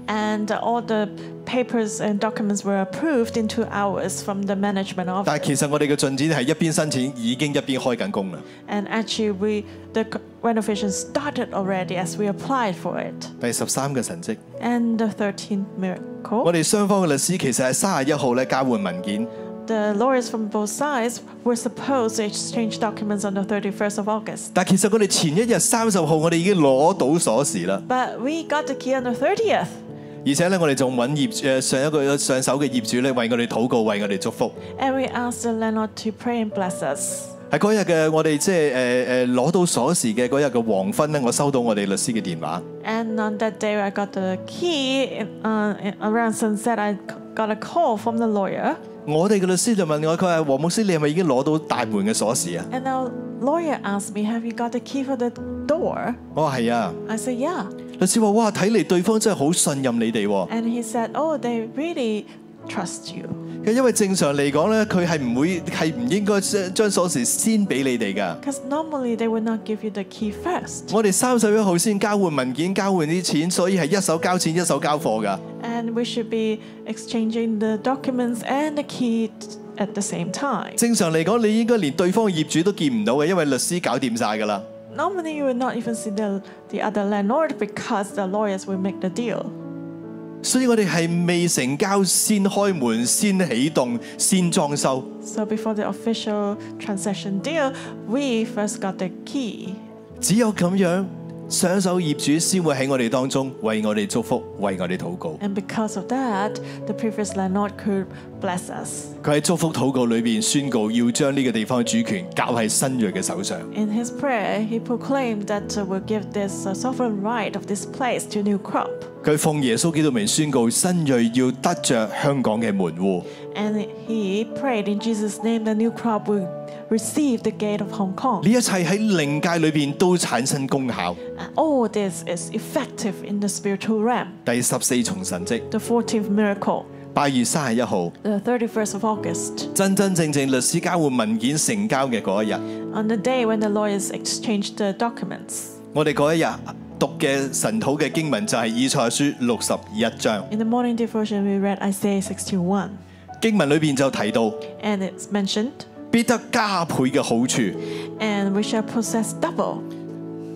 [SPEAKER 2] And all the papers and documents were approved in two hours from the management
[SPEAKER 1] 但
[SPEAKER 2] office.
[SPEAKER 1] 係其實我哋嘅進展係一邊申請已經一邊開緊工啦。
[SPEAKER 2] And actually, we the c- renovation started already as we applied for it.
[SPEAKER 1] 第十三個神跡，
[SPEAKER 2] And the 13th
[SPEAKER 1] 我
[SPEAKER 2] miracle,
[SPEAKER 1] 哋雙方嘅律師其實係三十一號咧交換文件，
[SPEAKER 2] the lawyers from both sides were supposed to exchange documents on the 31st of August.
[SPEAKER 1] 但其實我哋前一日三十號我哋已經攞到鎖匙啦，
[SPEAKER 2] But we got the key on the 30th.
[SPEAKER 1] 而且咧我哋仲揾業誒、呃上一個上手嘅業主咧為我哋禱告，為我哋祝福。
[SPEAKER 2] And we asked the landlord to pray and bless us.
[SPEAKER 1] 喺嗰日嘅我哋即係誒誒攞到鎖匙嘅嗰日嘅黃昏咧，我收到我哋律師嘅電話。
[SPEAKER 2] And on that day, I got the key. Uh, around sunset, I got a call from the lawyer.
[SPEAKER 1] 我哋嘅律師就問我，佢話黃牧師，你係咪已經攞到大門嘅鎖匙啊？
[SPEAKER 2] And the lawyer asked me, Have you got the key for the door?
[SPEAKER 1] 我係啊。
[SPEAKER 2] I said, Yeah.
[SPEAKER 1] 律師話：哇，睇嚟對方真係好信任你哋喎。
[SPEAKER 2] And he said, Oh, they really trust you.
[SPEAKER 1] 因為正常嚟講咧，佢係唔會係唔應該將將鎖匙先俾你哋㗎。
[SPEAKER 2] Because normally they would not give you the key first.
[SPEAKER 1] 我哋三十一號先交換文件、交換啲錢，所以係一手交錢一手交貨㗎。
[SPEAKER 2] And we should be exchanging the documents and the key t- at the same time.
[SPEAKER 1] 正常嚟講，你應該連對方業主都見唔到嘅，因為律師搞掂晒㗎啦。
[SPEAKER 2] Normally you would not even see the, the other landlord because the lawyers will make the deal.
[SPEAKER 1] 所以我哋係未成交先開門、先起動、先裝修。
[SPEAKER 2] So before the official transaction deal, we first got the key.
[SPEAKER 1] 只有咁樣，上手業主先會喺我哋當中為我哋祝福、為我哋禱告。
[SPEAKER 2] And because of that, the previous landlord could bless us.
[SPEAKER 1] 佢喺祝福禱告裏邊宣告，要將呢個地方嘅主權交喺新锐嘅手上。
[SPEAKER 2] In his prayer, he proclaimed that uh, we'll give this uh, sovereign right of this place to new crop.
[SPEAKER 1] 佢奉耶穌基督名宣告，新锐要得着香港嘅門户。
[SPEAKER 2] And he prayed in Jesus' name the new crop will receive the gate of Hong
[SPEAKER 1] 呢
[SPEAKER 2] Kong.
[SPEAKER 1] 一切喺靈界裏邊都產生功效。
[SPEAKER 2] And all this is effective in the spiritual realm.
[SPEAKER 1] 第十四重神蹟，
[SPEAKER 2] The 14th miracle,
[SPEAKER 1] 八月三十一號，
[SPEAKER 2] the 31st of August,
[SPEAKER 1] 真真正正律師交換文件成交嘅嗰一日，
[SPEAKER 2] on the day when the lawyers exchanged the documents.
[SPEAKER 1] 我哋嗰一日讀嘅神土嘅經文就係以賽亞書六十一章。
[SPEAKER 2] In the morning devotion, we read Isaiah 61,
[SPEAKER 1] 經文裏邊就提到，
[SPEAKER 2] and it's mentioned,
[SPEAKER 1] 必得加倍嘅好處。
[SPEAKER 2] and we shall possess double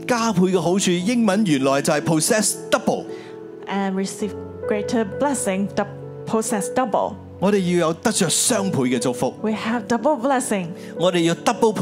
[SPEAKER 1] 加倍嘅好處，英文原來就係 possess double。
[SPEAKER 2] and receive greater blessing, du- possess double.
[SPEAKER 1] 我哋要有得着雙倍嘅祝福，
[SPEAKER 2] We have double blessing,
[SPEAKER 1] 我哋要 double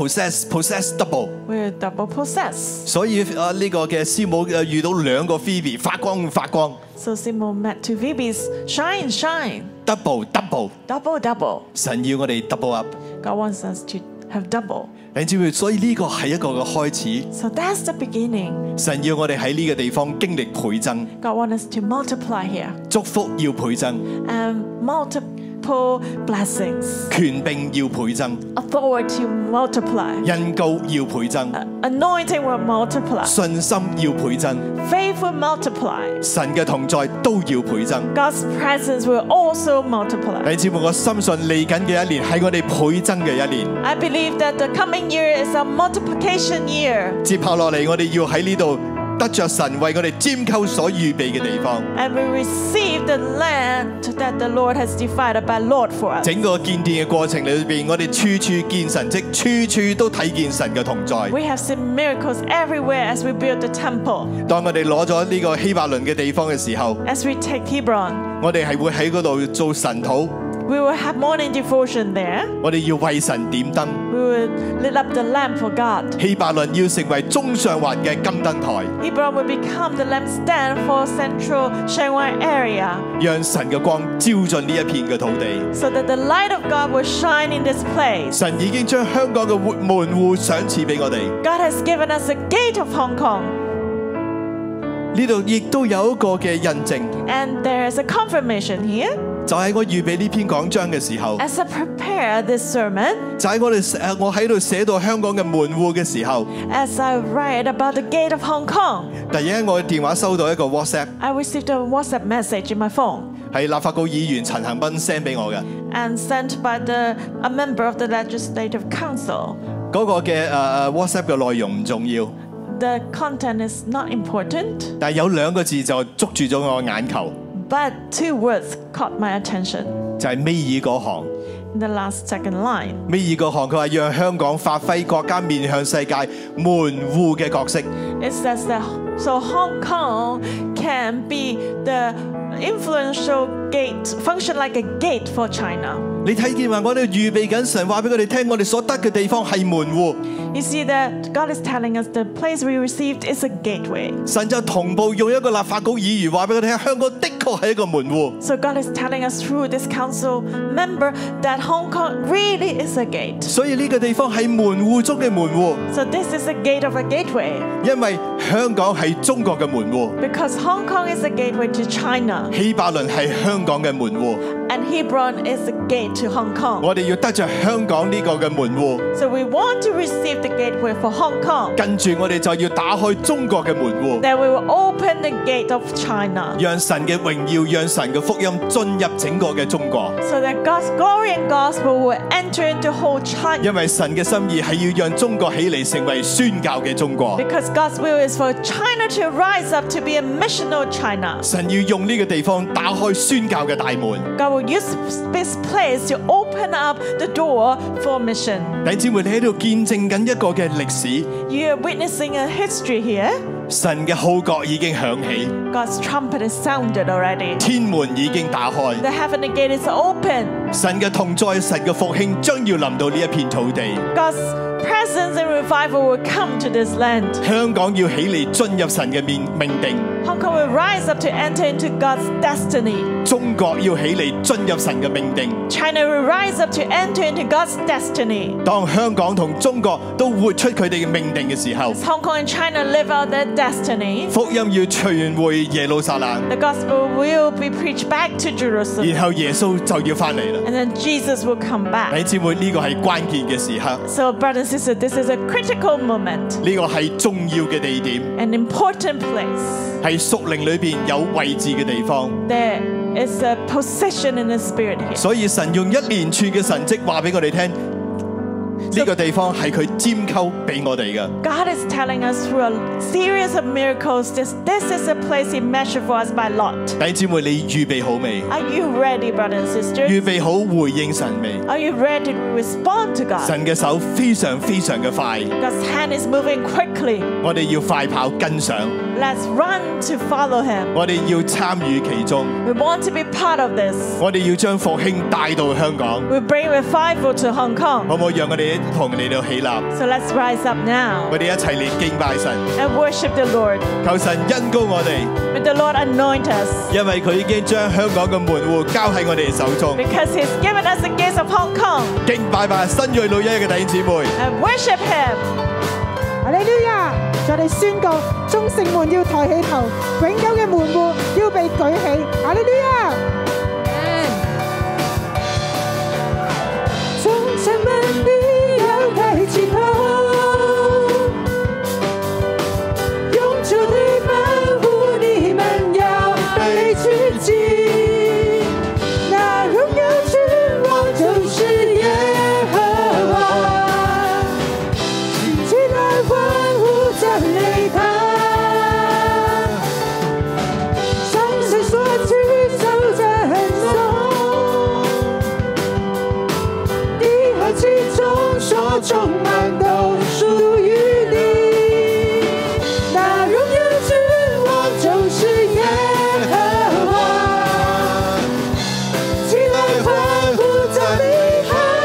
[SPEAKER 1] possess，possess double。
[SPEAKER 2] we're double possess.
[SPEAKER 1] 所以啊，呢、個嘅師母誒遇到兩個 Phoebe 發光發光
[SPEAKER 2] So Simon met two Phoebes, shine, shine,
[SPEAKER 1] double double，
[SPEAKER 2] double, double.
[SPEAKER 1] 神要我哋 double up。
[SPEAKER 2] God wants us to have double.
[SPEAKER 1] 你知唔知？所以呢個係一個嘅開
[SPEAKER 2] So that's the beginning.
[SPEAKER 1] 始，神要我哋喺呢個地方經歷倍增，
[SPEAKER 2] God wants us to multiply here
[SPEAKER 1] 祝福要倍增，
[SPEAKER 2] and multiple blessings,
[SPEAKER 1] 權柄要倍增，
[SPEAKER 2] authority multiply,
[SPEAKER 1] 恩膏要倍增，
[SPEAKER 2] anointing will multiply.
[SPEAKER 1] 信心要倍增，
[SPEAKER 2] Faith will multiply.
[SPEAKER 1] 神嘅同在都要倍增。
[SPEAKER 2] God's presence will also multiply.
[SPEAKER 1] 弟兄姊妹，我深信嚟緊嘅一年係我哋倍增嘅一年。
[SPEAKER 2] I believe that the coming year is a multiplication year,
[SPEAKER 1] 接下落嚟，我哋要喺呢度得着神為我哋尖溝所預備嘅地方，
[SPEAKER 2] and we receive the land that the Lord has divided by Lord for us.
[SPEAKER 1] 整個建殿嘅過程裏邊，我哋處處見神蹟，處處都睇見神嘅同在。
[SPEAKER 2] We have seen miracles everywhere as we build the temple,
[SPEAKER 1] 當我哋攞咗呢個希伯倫嘅地方嘅時候，
[SPEAKER 2] as we take Hebron.
[SPEAKER 1] 我哋係會喺嗰度做神土，
[SPEAKER 2] We will have morning devotion there.
[SPEAKER 1] 我哋要為神點燈。
[SPEAKER 2] We will lit up the lamp for God.
[SPEAKER 1] 希伯倫要成為中上環嘅金燈台，
[SPEAKER 2] Hebron will become the lampstand for central Shanghai area
[SPEAKER 1] 讓神嘅光照進呢一片嘅土地。
[SPEAKER 2] so that the light of God will shine in this place.
[SPEAKER 1] 神已經將香港嘅活門户賞賜俾我哋。
[SPEAKER 2] God has given us a gate of Hong Kong,
[SPEAKER 1] 呢度亦都有一個嘅印證，
[SPEAKER 2] and there is a confirmation here.
[SPEAKER 1] 就係、我預備呢篇講章嘅時候，
[SPEAKER 2] As I prepare this sermon,
[SPEAKER 1] 就係我哋誒我喺度寫到香港嘅門户嘅時候，
[SPEAKER 2] as I write about the gate of Hong Kong,
[SPEAKER 1] 突然間我嘅電話收到一個 WhatsApp，
[SPEAKER 2] I received a WhatsApp message in my phone
[SPEAKER 1] 係立法局議員陳恒斌 send 俾我嘅。
[SPEAKER 2] and sent by the, a member of the Legislative Council.
[SPEAKER 1] 嗰、個嘅誒誒 WhatsApp 嘅內容唔重要，
[SPEAKER 2] The content is not important,
[SPEAKER 1] 但係有兩個字就捉住咗我眼球，
[SPEAKER 2] but two words caught my attention
[SPEAKER 1] 就係、尾爾嗰行。
[SPEAKER 2] in the last second line.
[SPEAKER 1] 尾爾嗰行佢話讓香港發揮國家面向世界門户嘅角色。
[SPEAKER 2] It says that so Hong Kong can be the influential gate, function like a gate for China.
[SPEAKER 1] 你睇見話我哋預備緊神話俾佢哋聽，我哋所得嘅地方係門户。
[SPEAKER 2] You see that God is telling us the place we received is a gateway.
[SPEAKER 1] 神就同步用一個立法局議員話俾佢聽，香港的確係一個門户。
[SPEAKER 2] So God is telling us through this council member that Hong Kong really is a gate.
[SPEAKER 1] 所以呢個地方係門户中嘅門户，
[SPEAKER 2] So this is a gate of a gateway
[SPEAKER 1] 因為香港係中國嘅門户，
[SPEAKER 2] because Hong Kong is a gateway to China
[SPEAKER 1] 希伯倫係香港嘅門户，
[SPEAKER 2] and Hebron is the gate to Hong Kong.
[SPEAKER 1] 我哋要得着香港呢個嘅門户，
[SPEAKER 2] So we want to receive the gateway for Hong Kong.
[SPEAKER 1] 跟住我哋就要打開中國嘅門户，
[SPEAKER 2] Then we will open the gate of China
[SPEAKER 1] 讓神嘅榮耀、讓神嘅福音進入整個嘅中國。
[SPEAKER 2] so that God's glory and gospel will enter into whole China.
[SPEAKER 1] 因為神嘅心意係要讓中國起嚟成為宣教嘅中國，
[SPEAKER 2] Because God's will is for China to rise up to be a missional China.
[SPEAKER 1] 神要用呢個地方打開宣教嘅大門。
[SPEAKER 2] God will use this place to open up the door for mission.
[SPEAKER 1] 弟兄姊妹，你喺度見證緊一個嘅歷史，
[SPEAKER 2] You are witnessing a history here.
[SPEAKER 1] 神嘅號角已經響起，
[SPEAKER 2] God's trumpet is sounded already.
[SPEAKER 1] 天門已經打開。
[SPEAKER 2] The heavenly gate is open.
[SPEAKER 1] 神嘅同在，神嘅復興將要臨到呢一片土地。
[SPEAKER 2] God's presence and revival will come to this land.
[SPEAKER 1] 香港要起嚟進入神嘅面命定，
[SPEAKER 2] Hong Kong will rise up to enter into God's destiny.
[SPEAKER 1] 中國要起嚟進入神嘅命定。
[SPEAKER 2] China will rise up to enter into God's destiny.
[SPEAKER 1] 當香港同中國都活出佢哋嘅命定嘅時候，
[SPEAKER 2] As Hong Kong and China live out their destiny,
[SPEAKER 1] 福音要傳回耶路撒冷，
[SPEAKER 2] the gospel will be preached back to Jerusalem.
[SPEAKER 1] 然後耶穌就要翻嚟啦。
[SPEAKER 2] And then Jesus will come
[SPEAKER 1] 弟
[SPEAKER 2] back.
[SPEAKER 1] 兄姊妹，呢個係關鍵嘅時刻，
[SPEAKER 2] So, brothers and sisters, this is a critical moment,
[SPEAKER 1] 呢個係重要嘅地點，
[SPEAKER 2] an important place.
[SPEAKER 1] 係屬靈裏邊有位置嘅地方。
[SPEAKER 2] There is a possession in the spirit here.
[SPEAKER 1] 所以神用一連串嘅神迹話俾我哋聽，呢、個地方係佢尖溝俾我哋嘅。
[SPEAKER 2] God is telling us through a series of miracles this, this is a place He measured for us by lot.
[SPEAKER 1] 弟兄姊妹，你預備好未？
[SPEAKER 2] Are you ready, brothers
[SPEAKER 1] 預
[SPEAKER 2] and sisters?
[SPEAKER 1] 備好回應神未？
[SPEAKER 2] Are you ready to respond to God?
[SPEAKER 1] 神嘅手非常非常嘅快，
[SPEAKER 2] God's hand is moving quickly.
[SPEAKER 1] 我哋要快跑跟上，
[SPEAKER 2] Let's run to follow Him.
[SPEAKER 1] 我哋要參與其中，
[SPEAKER 2] We want to be part of this.
[SPEAKER 1] 我哋要將復興帶到香港，
[SPEAKER 2] We bring revival to Hong Kong.
[SPEAKER 1] 好唔好？讓我哋一同嚟到起立，
[SPEAKER 2] So let's rise up now
[SPEAKER 1] 我哋一齊嚟敬拜神，
[SPEAKER 2] and worship the Lord.
[SPEAKER 1] 求神恩高我哋，
[SPEAKER 2] May the Lord anoint us
[SPEAKER 1] 因為佢已經將香港嘅門户交喺我哋手中。
[SPEAKER 2] because He's given us the gifts of Hong Kong
[SPEAKER 1] 敬拜吧，新锐女一嘅弟兄姊妹。
[SPEAKER 2] and worship Him.
[SPEAKER 4] 哈利路亚！我哋宣告，中城门要抬起头，永久嘅门户要被举起。哈利路亚！从神民必有提前跑。用着你们护你们要被聚集，那荣耀之王就是耶和华，举起来欢呼赞美他，向神所举手赞颂，地和其中所充满都属于你。那荣耀之王就是耶和华，起来欢呼赞美他，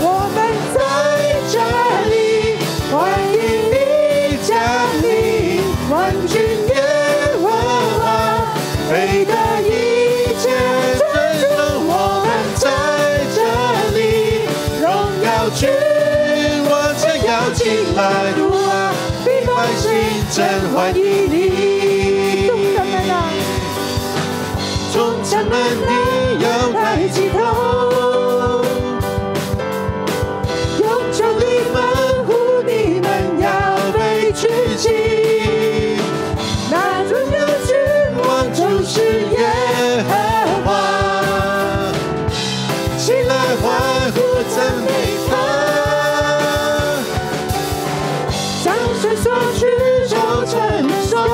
[SPEAKER 4] 我们在这里欢迎你降临，万军耶和华，伟大一切真主，我们在这里荣耀之王正要进来，主啊，必满心真欢迎你。众神们，你要抬起头，用着你们呼，你们要被聚集。那荣耀之王就是耶和华，起来欢呼赞美他，向神所去就称颂。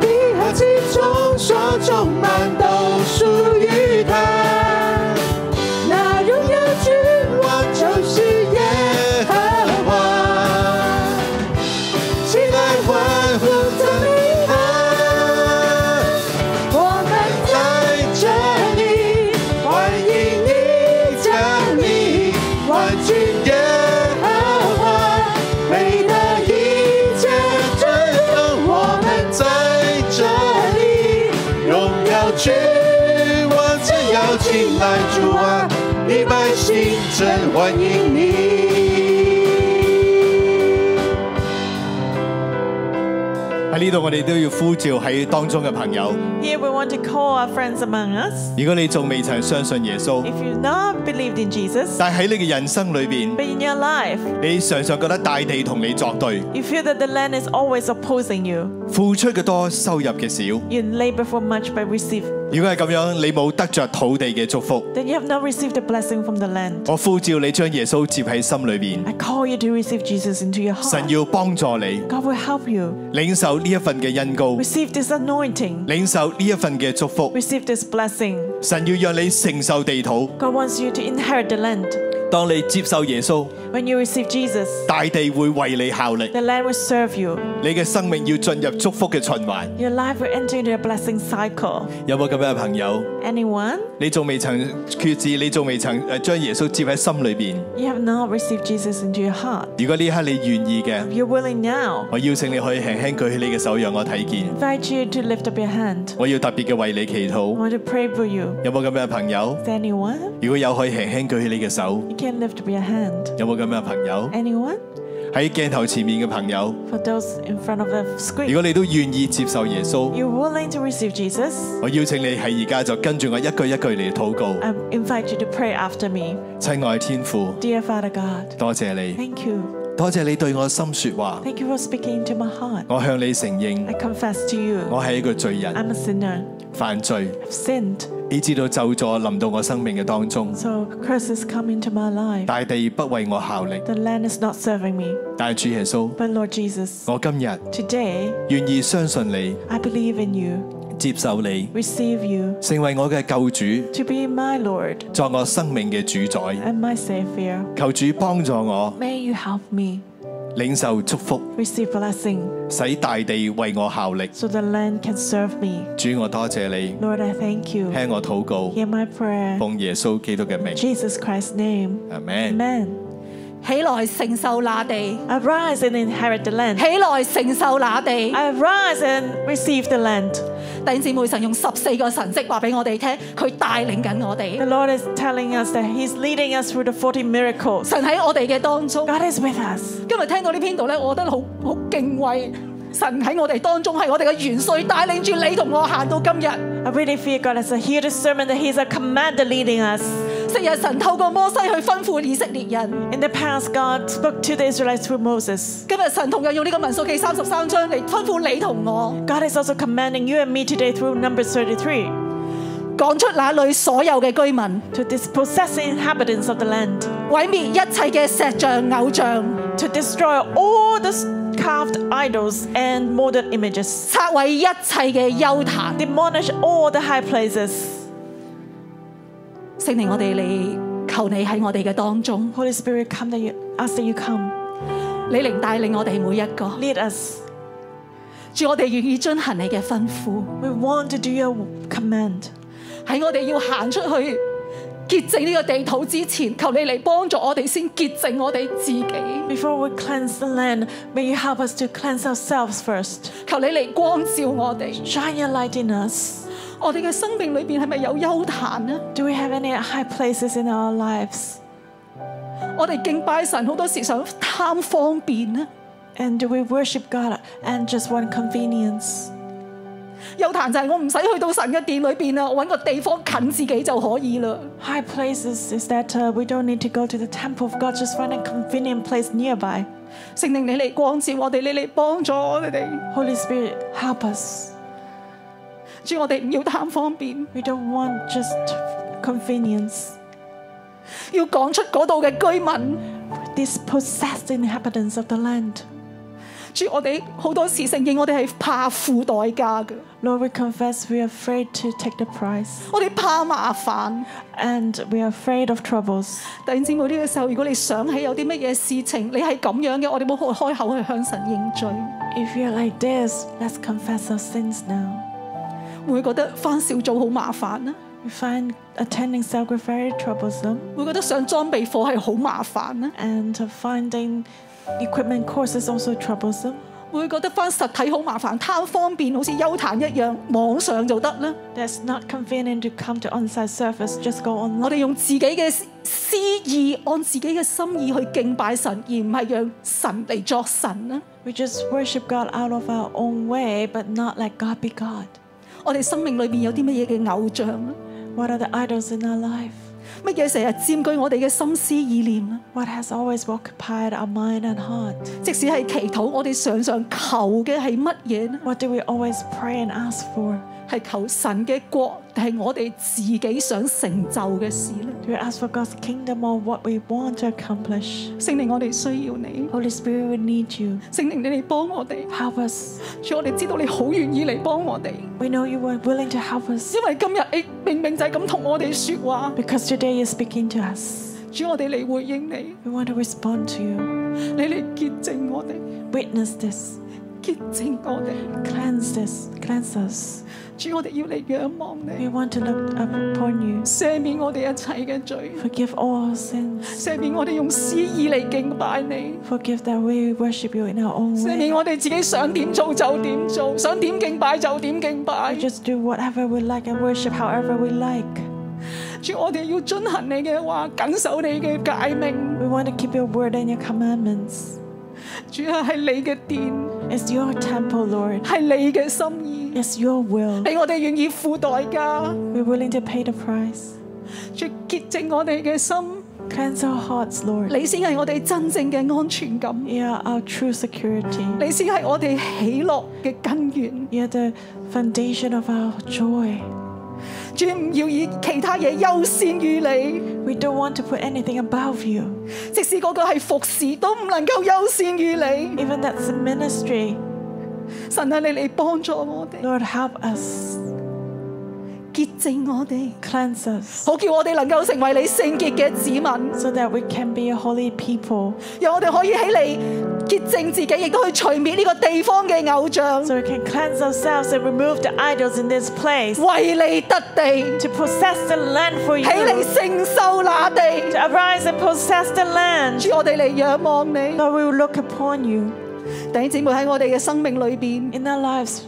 [SPEAKER 4] 地和其中所充满都属于他。那荣耀之王就是耶和华，起来欢呼赞美他。我们在这里欢迎你降临，万军耶和华，为了一切尊荣，我们在这里荣耀君王正要进来，主啊，你百姓真欢迎你。
[SPEAKER 1] 喺呢度我哋都要呼召喺當中嘅朋友，
[SPEAKER 2] Here we want to call our friends among us.
[SPEAKER 1] 如果你仲未曾相信耶穌，
[SPEAKER 2] If you've not believed in Jesus,
[SPEAKER 1] 但喺你嘅人生裏邊，
[SPEAKER 2] but in your life,
[SPEAKER 1] 你常常覺得大地同你作對，
[SPEAKER 2] you feel that the land is always opposing you.
[SPEAKER 1] 付出嘅多，收入嘅少。
[SPEAKER 2] You labor for much but receive,
[SPEAKER 1] 如果係咁樣，你冇得着土地嘅祝福，
[SPEAKER 2] then you have not received a blessing from the land.
[SPEAKER 1] 我呼召你將耶穌接喺心裏邊，
[SPEAKER 2] I call you to receive Jesus into your
[SPEAKER 1] 神
[SPEAKER 2] heart.
[SPEAKER 1] 要幫助你
[SPEAKER 2] God will help you.
[SPEAKER 1] 領受呢一份嘅恩膏，
[SPEAKER 2] Receive this anointing.
[SPEAKER 1] 領受呢一份嘅祝福。
[SPEAKER 2] Receive this blessing.
[SPEAKER 1] 神要讓你承受地土。
[SPEAKER 2] God wants you to inherit the land.
[SPEAKER 1] 當你接受耶穌，
[SPEAKER 2] When you receive Jesus,
[SPEAKER 1] 大地會為你效力，
[SPEAKER 2] the land will serve you.
[SPEAKER 1] 你嘅生命要進入祝福嘅循環。
[SPEAKER 2] Your life will enter into a blessing cycle.
[SPEAKER 1] 有冇咁樣嘅朋友？
[SPEAKER 2] Anyone?
[SPEAKER 1] 你仲未曾決志，你仲未曾誒將耶穌接喺心裏邊。
[SPEAKER 2] You have not received Jesus into your heart.
[SPEAKER 1] 如果呢一刻你願意嘅，
[SPEAKER 2] You're willing now.
[SPEAKER 1] 我邀請你可以輕輕舉起你嘅手，讓我睇見。
[SPEAKER 2] invite you to lift up your hand.
[SPEAKER 1] 我要特別嘅為你祈
[SPEAKER 2] I
[SPEAKER 1] 禱。
[SPEAKER 2] want to pray for you.
[SPEAKER 1] 有冇咁樣嘅朋友？
[SPEAKER 2] Is there anyone?
[SPEAKER 1] 如果有，可以輕輕舉起你嘅手。
[SPEAKER 2] You can lift up your hand.
[SPEAKER 1] 有冇咁樣嘅朋友？
[SPEAKER 2] Anyone?
[SPEAKER 1] 喺鏡頭前面嘅朋友，
[SPEAKER 2] For those in front of the
[SPEAKER 1] 如
[SPEAKER 2] screen,
[SPEAKER 1] 果你都願意接受耶穌，
[SPEAKER 2] you're willing to receive Jesus.
[SPEAKER 1] 我邀請你喺而家就跟住我一句一句嚟禱告。
[SPEAKER 2] I invite you to pray after me.
[SPEAKER 1] 親愛天父，
[SPEAKER 2] Dear Father God,
[SPEAKER 1] 多謝你，
[SPEAKER 2] thank you.
[SPEAKER 1] 多謝你對我心説話。
[SPEAKER 2] Thank you for speaking to my heart.
[SPEAKER 1] 我向你承
[SPEAKER 2] I
[SPEAKER 1] 認，
[SPEAKER 2] confess to
[SPEAKER 1] 我
[SPEAKER 2] you,
[SPEAKER 1] 係一個罪人，
[SPEAKER 2] I'm a sinner.
[SPEAKER 1] 犯罪，
[SPEAKER 2] I've sinned.
[SPEAKER 1] 以致到咒詛臨到我生命嘅當中。
[SPEAKER 2] So curses come into my life.
[SPEAKER 1] 大地不為我效力，
[SPEAKER 2] The land is not serving me.
[SPEAKER 1] 但係主耶穌，
[SPEAKER 2] But Lord Jesus,
[SPEAKER 1] 我今日
[SPEAKER 2] today
[SPEAKER 1] 願意相信你，
[SPEAKER 2] I believe in you,
[SPEAKER 1] 接受你，
[SPEAKER 2] receive you
[SPEAKER 1] 成為我嘅救主，
[SPEAKER 2] to be my Lord
[SPEAKER 1] 作我生命嘅主宰。
[SPEAKER 2] and my Savior.
[SPEAKER 1] 求主幫助我，
[SPEAKER 2] May you help me
[SPEAKER 1] 領受祝福，
[SPEAKER 2] receive blessing
[SPEAKER 1] 使大地為我效力。
[SPEAKER 2] so the land can serve me.
[SPEAKER 1] 主，我多謝你，
[SPEAKER 2] Lord, I thank you.
[SPEAKER 1] 聽我禱告，
[SPEAKER 2] Hear my prayer.
[SPEAKER 1] 奉耶穌基督嘅名
[SPEAKER 2] Jesus Christ's name.
[SPEAKER 1] ，Amen。
[SPEAKER 2] Amen.
[SPEAKER 5] 起來承受那地，
[SPEAKER 2] Arise and inherit the land.
[SPEAKER 5] 起來承受那地。
[SPEAKER 2] Arise and receive the land.
[SPEAKER 5] 弟兄姊妹，神用十四個神跡話俾我哋聽，佢帶領緊我
[SPEAKER 2] The
[SPEAKER 5] 哋。
[SPEAKER 2] Lord is telling us that He's leading us through the 40 miracles.
[SPEAKER 5] 神喺我哋嘅當中，
[SPEAKER 2] God is with us.
[SPEAKER 5] 今日聽到呢篇道咧，我覺得好好敬畏。神喺我哋當中，係我哋嘅元帥帶領住你同我行到今日。
[SPEAKER 2] I really feel God is a huge sermon that He's a commander leading us.
[SPEAKER 5] 昔日神透過摩西去吩咐以色列人，
[SPEAKER 2] In the past, God spoke to the Israelites through Moses.
[SPEAKER 5] 今日神同樣用呢個民數記三十三章嚟吩咐你同我，
[SPEAKER 2] God is also commanding you and me today through Numbers 33
[SPEAKER 5] 講出那裏所有嘅居民，
[SPEAKER 2] to dispossess the inhabitants of the land,
[SPEAKER 5] 毀滅一切嘅石像偶像。
[SPEAKER 2] to destroy all the carved idols and modern images,
[SPEAKER 5] 拆毀一切嘅幽壇。
[SPEAKER 2] demolish all the high places.
[SPEAKER 5] 聖靈，我哋嚟求你喺我哋嘅當中，
[SPEAKER 2] Holy Spirit, come that you ask that you come.
[SPEAKER 5] 你靈帶領我哋每一個。
[SPEAKER 2] Lead us.
[SPEAKER 5] 主，我哋願意遵行你嘅吩咐，
[SPEAKER 2] We want to do your command.
[SPEAKER 5] 喺我哋要行出去潔淨呢個地土之前，求你嚟幫助我哋先潔淨我哋自己。
[SPEAKER 2] Before we cleanse the land, may you help us to cleanse ourselves first.
[SPEAKER 5] 求你嚟光照我哋，
[SPEAKER 2] Shine your light in us.
[SPEAKER 5] 我哋嘅生命裏邊係咪有幽壇呢？
[SPEAKER 2] Do we have any high places in our lives?
[SPEAKER 5] 我哋敬拜神好多時想貪方便呢。
[SPEAKER 2] And do we worship God and just want convenience?
[SPEAKER 5] 幽壇就係我唔使去到神嘅殿裏邊啦，我揾個地方近自己就可以啦。
[SPEAKER 2] High places is that uh, we don't need to go to the temple of God, just find a convenient place nearby.
[SPEAKER 5] 聖靈你嚟光照我哋，你嚟幫助我哋。
[SPEAKER 2] Holy Spirit, help us.
[SPEAKER 5] 主，我哋唔要貪方便，
[SPEAKER 2] We don't want just convenience.
[SPEAKER 5] 要講出嗰度嘅居民。
[SPEAKER 2] Dispossess the inhabitants of the land.
[SPEAKER 5] 主，我哋好多時承認我哋係怕付代價嘅，
[SPEAKER 2] Lord, we confess we are afraid to take the price
[SPEAKER 5] 我哋怕麻煩。
[SPEAKER 2] and we are afraid of troubles.
[SPEAKER 5] 弟兄姊妹呢個時候，如果你想起有啲乜嘢事情，你係咁樣嘅，我哋冇開開口去向神認罪，
[SPEAKER 2] If you're like this, let's confess our sins now.
[SPEAKER 5] 會唔會覺得翻小組好麻啊煩呢？
[SPEAKER 2] We find attending cell group very troublesome
[SPEAKER 5] 會唔會覺得上裝備課係好麻啊煩呢？
[SPEAKER 2] and uh, finding equipment courses also troublesome.
[SPEAKER 5] 會唔會覺得翻實體好麻煩，貪方便好似休談一樣，網上就得呢？
[SPEAKER 2] That's not convenient to come to on-site service, just go
[SPEAKER 5] 我
[SPEAKER 2] online.
[SPEAKER 5] 哋用自己嘅私意按自己嘅心意去敬拜神，而唔係讓神嚟作神啊啦。
[SPEAKER 2] We just worship God out of our own way, but not let God be God.
[SPEAKER 5] 我哋生命裏面有啲乜嘢嘅偶像啦？
[SPEAKER 2] What are the idols in our life?
[SPEAKER 5] 乜嘢成日佔據我哋嘅心思意念啦？
[SPEAKER 2] What has always occupied our mind and heart?
[SPEAKER 5] 即使係祈禱，我哋常常求嘅係乜嘢呢？
[SPEAKER 2] What do we always pray and ask for?
[SPEAKER 5] 係求神嘅國，定係我哋自己想成就嘅事呢？
[SPEAKER 2] Do we ask for God's kingdom or what we want to accomplish?
[SPEAKER 5] 聖靈，我哋需要你，
[SPEAKER 2] Holy Spirit, we need you.
[SPEAKER 5] 聖靈你嚟幫我哋，
[SPEAKER 2] Help us.
[SPEAKER 5] 主我哋知道你好願意嚟幫我哋，
[SPEAKER 2] We know you were willing to help us
[SPEAKER 5] 因為今日你明明就係咁同我哋説話，
[SPEAKER 2] because today you're speaking to us.
[SPEAKER 5] 主我哋嚟回應你，
[SPEAKER 2] We want to respond to you.
[SPEAKER 5] 你嚟潔淨我哋，
[SPEAKER 2] Witness this.
[SPEAKER 5] 潔淨我哋，
[SPEAKER 2] Cleanse this. Cleanse us.
[SPEAKER 5] 主我哋要嚟仰望
[SPEAKER 2] We
[SPEAKER 5] 你，
[SPEAKER 2] want to look up upon you.
[SPEAKER 5] 赦免我哋一切嘅罪，
[SPEAKER 2] Forgive all our sins.
[SPEAKER 5] 赦免我哋用私意嚟敬拜你。
[SPEAKER 2] Forgive that we worship you in our own
[SPEAKER 5] 赦免
[SPEAKER 2] way.
[SPEAKER 5] 我哋自己想點做就點做，想點敬拜就點敬拜
[SPEAKER 2] We。just do whatever we like and worship however we like.
[SPEAKER 5] 主，我哋要遵行你嘅話，謹守你嘅誡命。
[SPEAKER 2] We want to keep your word and your commandments.
[SPEAKER 5] 主啊，係你嘅殿，
[SPEAKER 2] It's your temple, Lord.
[SPEAKER 5] 係你嘅心意。
[SPEAKER 2] It's your will.
[SPEAKER 5] 俾我哋願意付代價，
[SPEAKER 2] We're willing to pay the price.
[SPEAKER 5] 主潔淨我哋嘅心，
[SPEAKER 2] Cleanse our hearts, Lord.
[SPEAKER 5] 你先係我哋真正嘅安全感，
[SPEAKER 2] You are our true security.
[SPEAKER 5] 你先係我哋喜樂嘅根源。
[SPEAKER 2] You are the foundation of our joy.
[SPEAKER 5] 主唔要以其他嘢優先於你，
[SPEAKER 2] We don't want to put anything above you.
[SPEAKER 5] 即使嗰個係服侍都唔能夠優先於你。
[SPEAKER 2] Even that's a ministry.
[SPEAKER 5] 神啊，你嚟幫助我哋，
[SPEAKER 2] Lord, help us.
[SPEAKER 5] 潔淨我哋。
[SPEAKER 2] Cleanse us
[SPEAKER 5] 好叫我哋能夠成為你聖潔嘅子民，
[SPEAKER 2] so that we can be a holy people.
[SPEAKER 5] 讓我哋可以起嚟潔淨自己，亦都去除滅呢個地方嘅偶像，
[SPEAKER 2] So we can cleanse ourselves and remove the idols in this place.
[SPEAKER 5] 為你得地，
[SPEAKER 2] To possess the land for
[SPEAKER 5] 起嚟
[SPEAKER 2] you.
[SPEAKER 5] 承受那地。
[SPEAKER 2] To arise and possess the land.
[SPEAKER 5] 主，我哋嚟仰望你，
[SPEAKER 2] Lord, we will look upon you
[SPEAKER 5] 弟兄姊妹喺我哋嘅生命裏邊，
[SPEAKER 2] in our lives.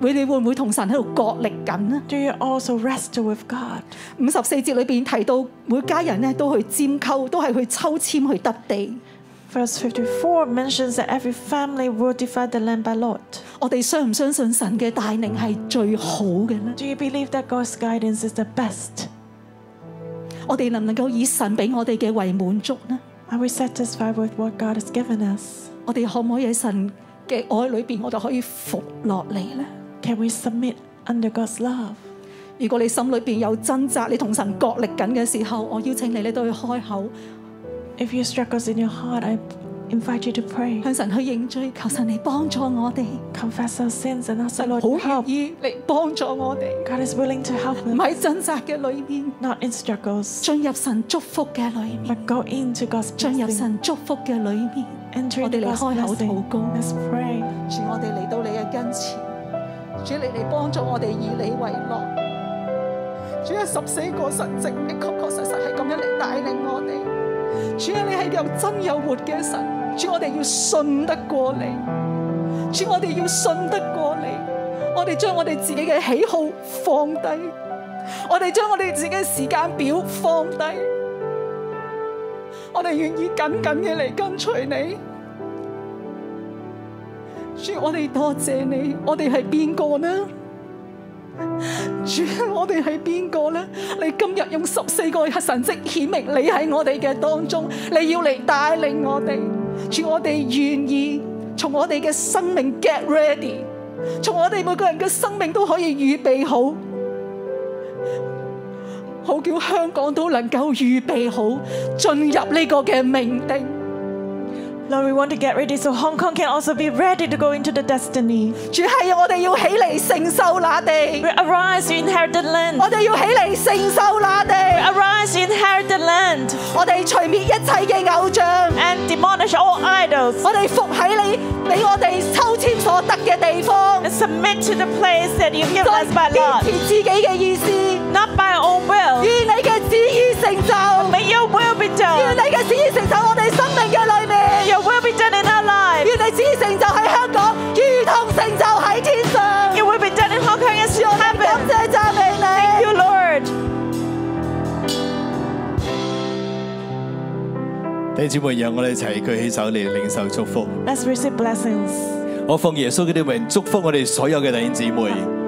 [SPEAKER 5] 你哋會唔會同神喺度角力緊呢？
[SPEAKER 2] Do you also wrestle with God?
[SPEAKER 5] 五十四節裏邊提到，每家人咧都去佔溝，都係去抽籤去得地。
[SPEAKER 2] Verse 54 mentions that every family will divide the land by lot.
[SPEAKER 5] 我哋相唔相信神嘅帶領係最好嘅呢？
[SPEAKER 2] Do you believe that God's guidance is the best?
[SPEAKER 5] 我哋能唔能夠以神俾我哋嘅為滿足呢？
[SPEAKER 2] Are we satisfied with what God has given us?
[SPEAKER 5] 我哋可唔可以喺神嘅愛裏邊，我哋可以服落嚟呢？
[SPEAKER 2] Can we submit under God's love?
[SPEAKER 5] 如果你心裏邊有掙扎，你同神角力緊嘅時候，我邀請你，你都去開口
[SPEAKER 2] If you struggles in your heart, I invite you to pray.
[SPEAKER 5] 向神去認罪，求神嚟幫助我哋。
[SPEAKER 2] Confess our sins and ask the
[SPEAKER 5] 神
[SPEAKER 2] Lord
[SPEAKER 5] 好
[SPEAKER 2] to
[SPEAKER 5] 願
[SPEAKER 2] help.
[SPEAKER 5] 意嚟幫助我哋，
[SPEAKER 2] God is willing to help
[SPEAKER 5] 唔
[SPEAKER 2] us,
[SPEAKER 5] 喺掙扎嘅裏邊，
[SPEAKER 2] not in struggles,
[SPEAKER 5] 進入神祝福嘅裏面，
[SPEAKER 2] but go into God's
[SPEAKER 5] 進入
[SPEAKER 2] blessing.
[SPEAKER 5] 神祝福嘅裏面。
[SPEAKER 2] Enter
[SPEAKER 5] 我
[SPEAKER 2] into
[SPEAKER 5] 哋嚟
[SPEAKER 2] God's
[SPEAKER 5] 開口
[SPEAKER 2] blessing.
[SPEAKER 5] 禱告，
[SPEAKER 2] Let's pray.
[SPEAKER 5] 主，我哋嚟到你嘅跟前，主你嚟幫助我哋以你為樂。主啊，十四個神蹟，你確確實實係咁樣嚟帶領我哋。主啊，你係有真有活嘅神，主我哋要信得過你，主我哋要信得過你，我哋將我哋自己嘅喜好放低，我哋將我哋自己嘅時間表放低，我哋願意緊緊嘅嚟跟隨你。主，我哋多謝你，我哋係邊個呢？主，我哋係邊個呢？你今日用十四個神迹顯明你喺我哋嘅當中，你要嚟帶領我哋。主，我哋願意從我哋嘅生命 get ready，從我哋每個人嘅生命都可以預備好，好叫香港都能夠預備好進入呢個嘅命定。
[SPEAKER 2] Lord, we want to get ready so Hong Kong can also be ready to go into the destiny.
[SPEAKER 5] 主係我哋要起嚟承受那地
[SPEAKER 2] We。arise, you inherit the land.
[SPEAKER 5] 我哋要起嚟承受那地，
[SPEAKER 2] Arise, you inherit the land,
[SPEAKER 5] 我哋除滅一切嘅偶像，
[SPEAKER 2] and demolish all idols,
[SPEAKER 5] 我哋伏喺你俾我哋抽籤所得嘅地方，
[SPEAKER 2] and submit to the place that you've given
[SPEAKER 5] 再
[SPEAKER 2] us by
[SPEAKER 5] 堅
[SPEAKER 2] lot,
[SPEAKER 5] 持自己嘅意思，願
[SPEAKER 2] not by our own will.
[SPEAKER 5] 你嘅旨意成就，
[SPEAKER 2] May your will be
[SPEAKER 5] 願
[SPEAKER 2] done.
[SPEAKER 5] 你嘅旨意成就我哋生命嘅裏面，
[SPEAKER 2] Your will be done in our lives.
[SPEAKER 5] 願你旨意成就喺香港，如同成就喺天上。
[SPEAKER 2] Your will be done in Hong Kong as it
[SPEAKER 5] 感
[SPEAKER 2] happens.
[SPEAKER 5] 謝讚美你
[SPEAKER 2] Thank。you, Lord.
[SPEAKER 1] 弟兄姊妹，让我哋一齐举起手嚟领受祝福。
[SPEAKER 2] Let's receive blessings.
[SPEAKER 1] 我奉耶穌基督名祝福我哋所有嘅弟兄姊妹，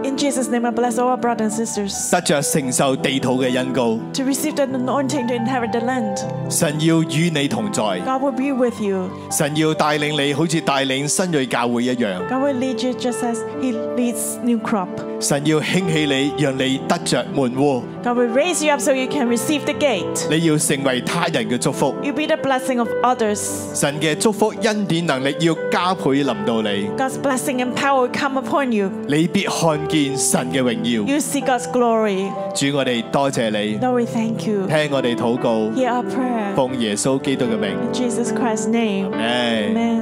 [SPEAKER 2] In Jesus' name, I bless all our brothers and sisters
[SPEAKER 1] 得着承受地土嘅恩膏。
[SPEAKER 2] to receive the anointing to inherit the land.
[SPEAKER 1] 神要與你同在，
[SPEAKER 2] God will be with you.
[SPEAKER 1] 神要帶領你，好似帶領新锐教會一樣。
[SPEAKER 2] God will lead you just as He leads new crop.
[SPEAKER 1] 神要興起你，讓你得着門户，
[SPEAKER 2] God will raise you up so you can receive the gate.
[SPEAKER 1] 你要成為他人嘅祝福。
[SPEAKER 2] You be the blessing of others.
[SPEAKER 1] 神嘅祝福恩典能力要加倍臨到你，
[SPEAKER 2] God's blessing and power will come upon you.
[SPEAKER 1] 你必看見神嘅榮耀。
[SPEAKER 2] You see God's glory.
[SPEAKER 1] 主，我哋多謝你，
[SPEAKER 2] Lord, we thank you.
[SPEAKER 1] 聽我哋禱告，
[SPEAKER 2] Hear our prayer.
[SPEAKER 1] 奉耶穌基督嘅名。
[SPEAKER 2] In Jesus Christ's name.
[SPEAKER 1] 誒，
[SPEAKER 2] Amen.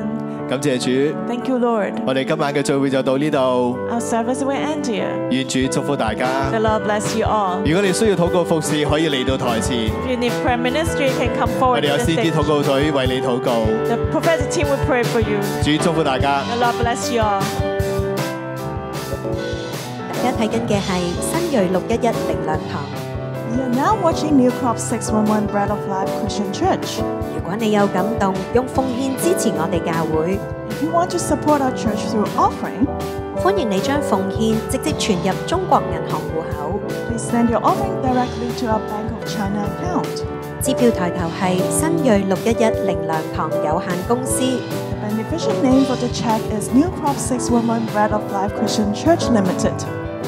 [SPEAKER 1] 感謝主，
[SPEAKER 2] Thank you, Lord.
[SPEAKER 1] 我哋今晚嘅聚會就到呢度。
[SPEAKER 2] Our service will end here.
[SPEAKER 1] 願主祝福大家
[SPEAKER 2] The。Lord bless you all.
[SPEAKER 1] 如果你需要禱告服侍，可以嚟到台前，
[SPEAKER 2] If you need prayer ministry, you can come
[SPEAKER 1] 我
[SPEAKER 2] forward.
[SPEAKER 1] 哋有
[SPEAKER 2] to the
[SPEAKER 1] C D
[SPEAKER 2] stage.
[SPEAKER 1] 禱告隊為你禱告。
[SPEAKER 2] The prophetic team will pray for you.
[SPEAKER 1] 主祝福大家。
[SPEAKER 2] The Lord bless you all.
[SPEAKER 6] 大家睇緊嘅係新锐六一一力量堂。
[SPEAKER 7] You are now watching New Crop 611 Bread of Life Christian Church.
[SPEAKER 6] 如果你有感動，用奉獻支持我哋教會，
[SPEAKER 7] If you want to support our church through offering,
[SPEAKER 6] 歡迎你將奉獻直接存入中國銀行户口，
[SPEAKER 7] please send your offering directly to our Bank of China account.
[SPEAKER 6] 支票抬頭係新锐六一一力量堂有限公司，
[SPEAKER 7] The beneficial name for the check is New Crop 611 Bread of Life Christian Church Limited.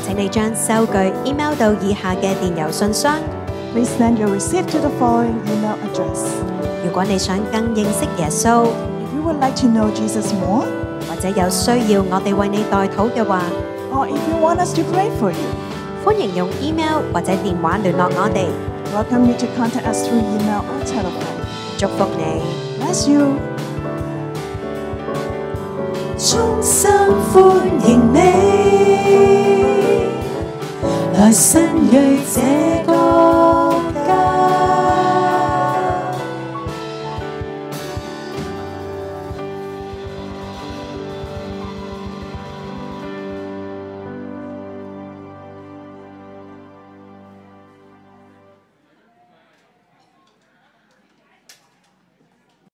[SPEAKER 6] 請你將收據 email 到以下嘅電郵信箱。
[SPEAKER 7] Please send your receipt to the following email address.
[SPEAKER 6] 如果你想更認識耶穌，
[SPEAKER 7] If you would like to know Jesus more,
[SPEAKER 6] 或者有需要我哋為你代禱嘅話，
[SPEAKER 7] or if you want us to pray for you,
[SPEAKER 6] 歡迎用 email 或者電話聯絡我哋。
[SPEAKER 7] welcome you to contact us through email or telephone.
[SPEAKER 6] 祝福你。
[SPEAKER 7] Bless you.
[SPEAKER 4] 衷心歡迎你，來新锐這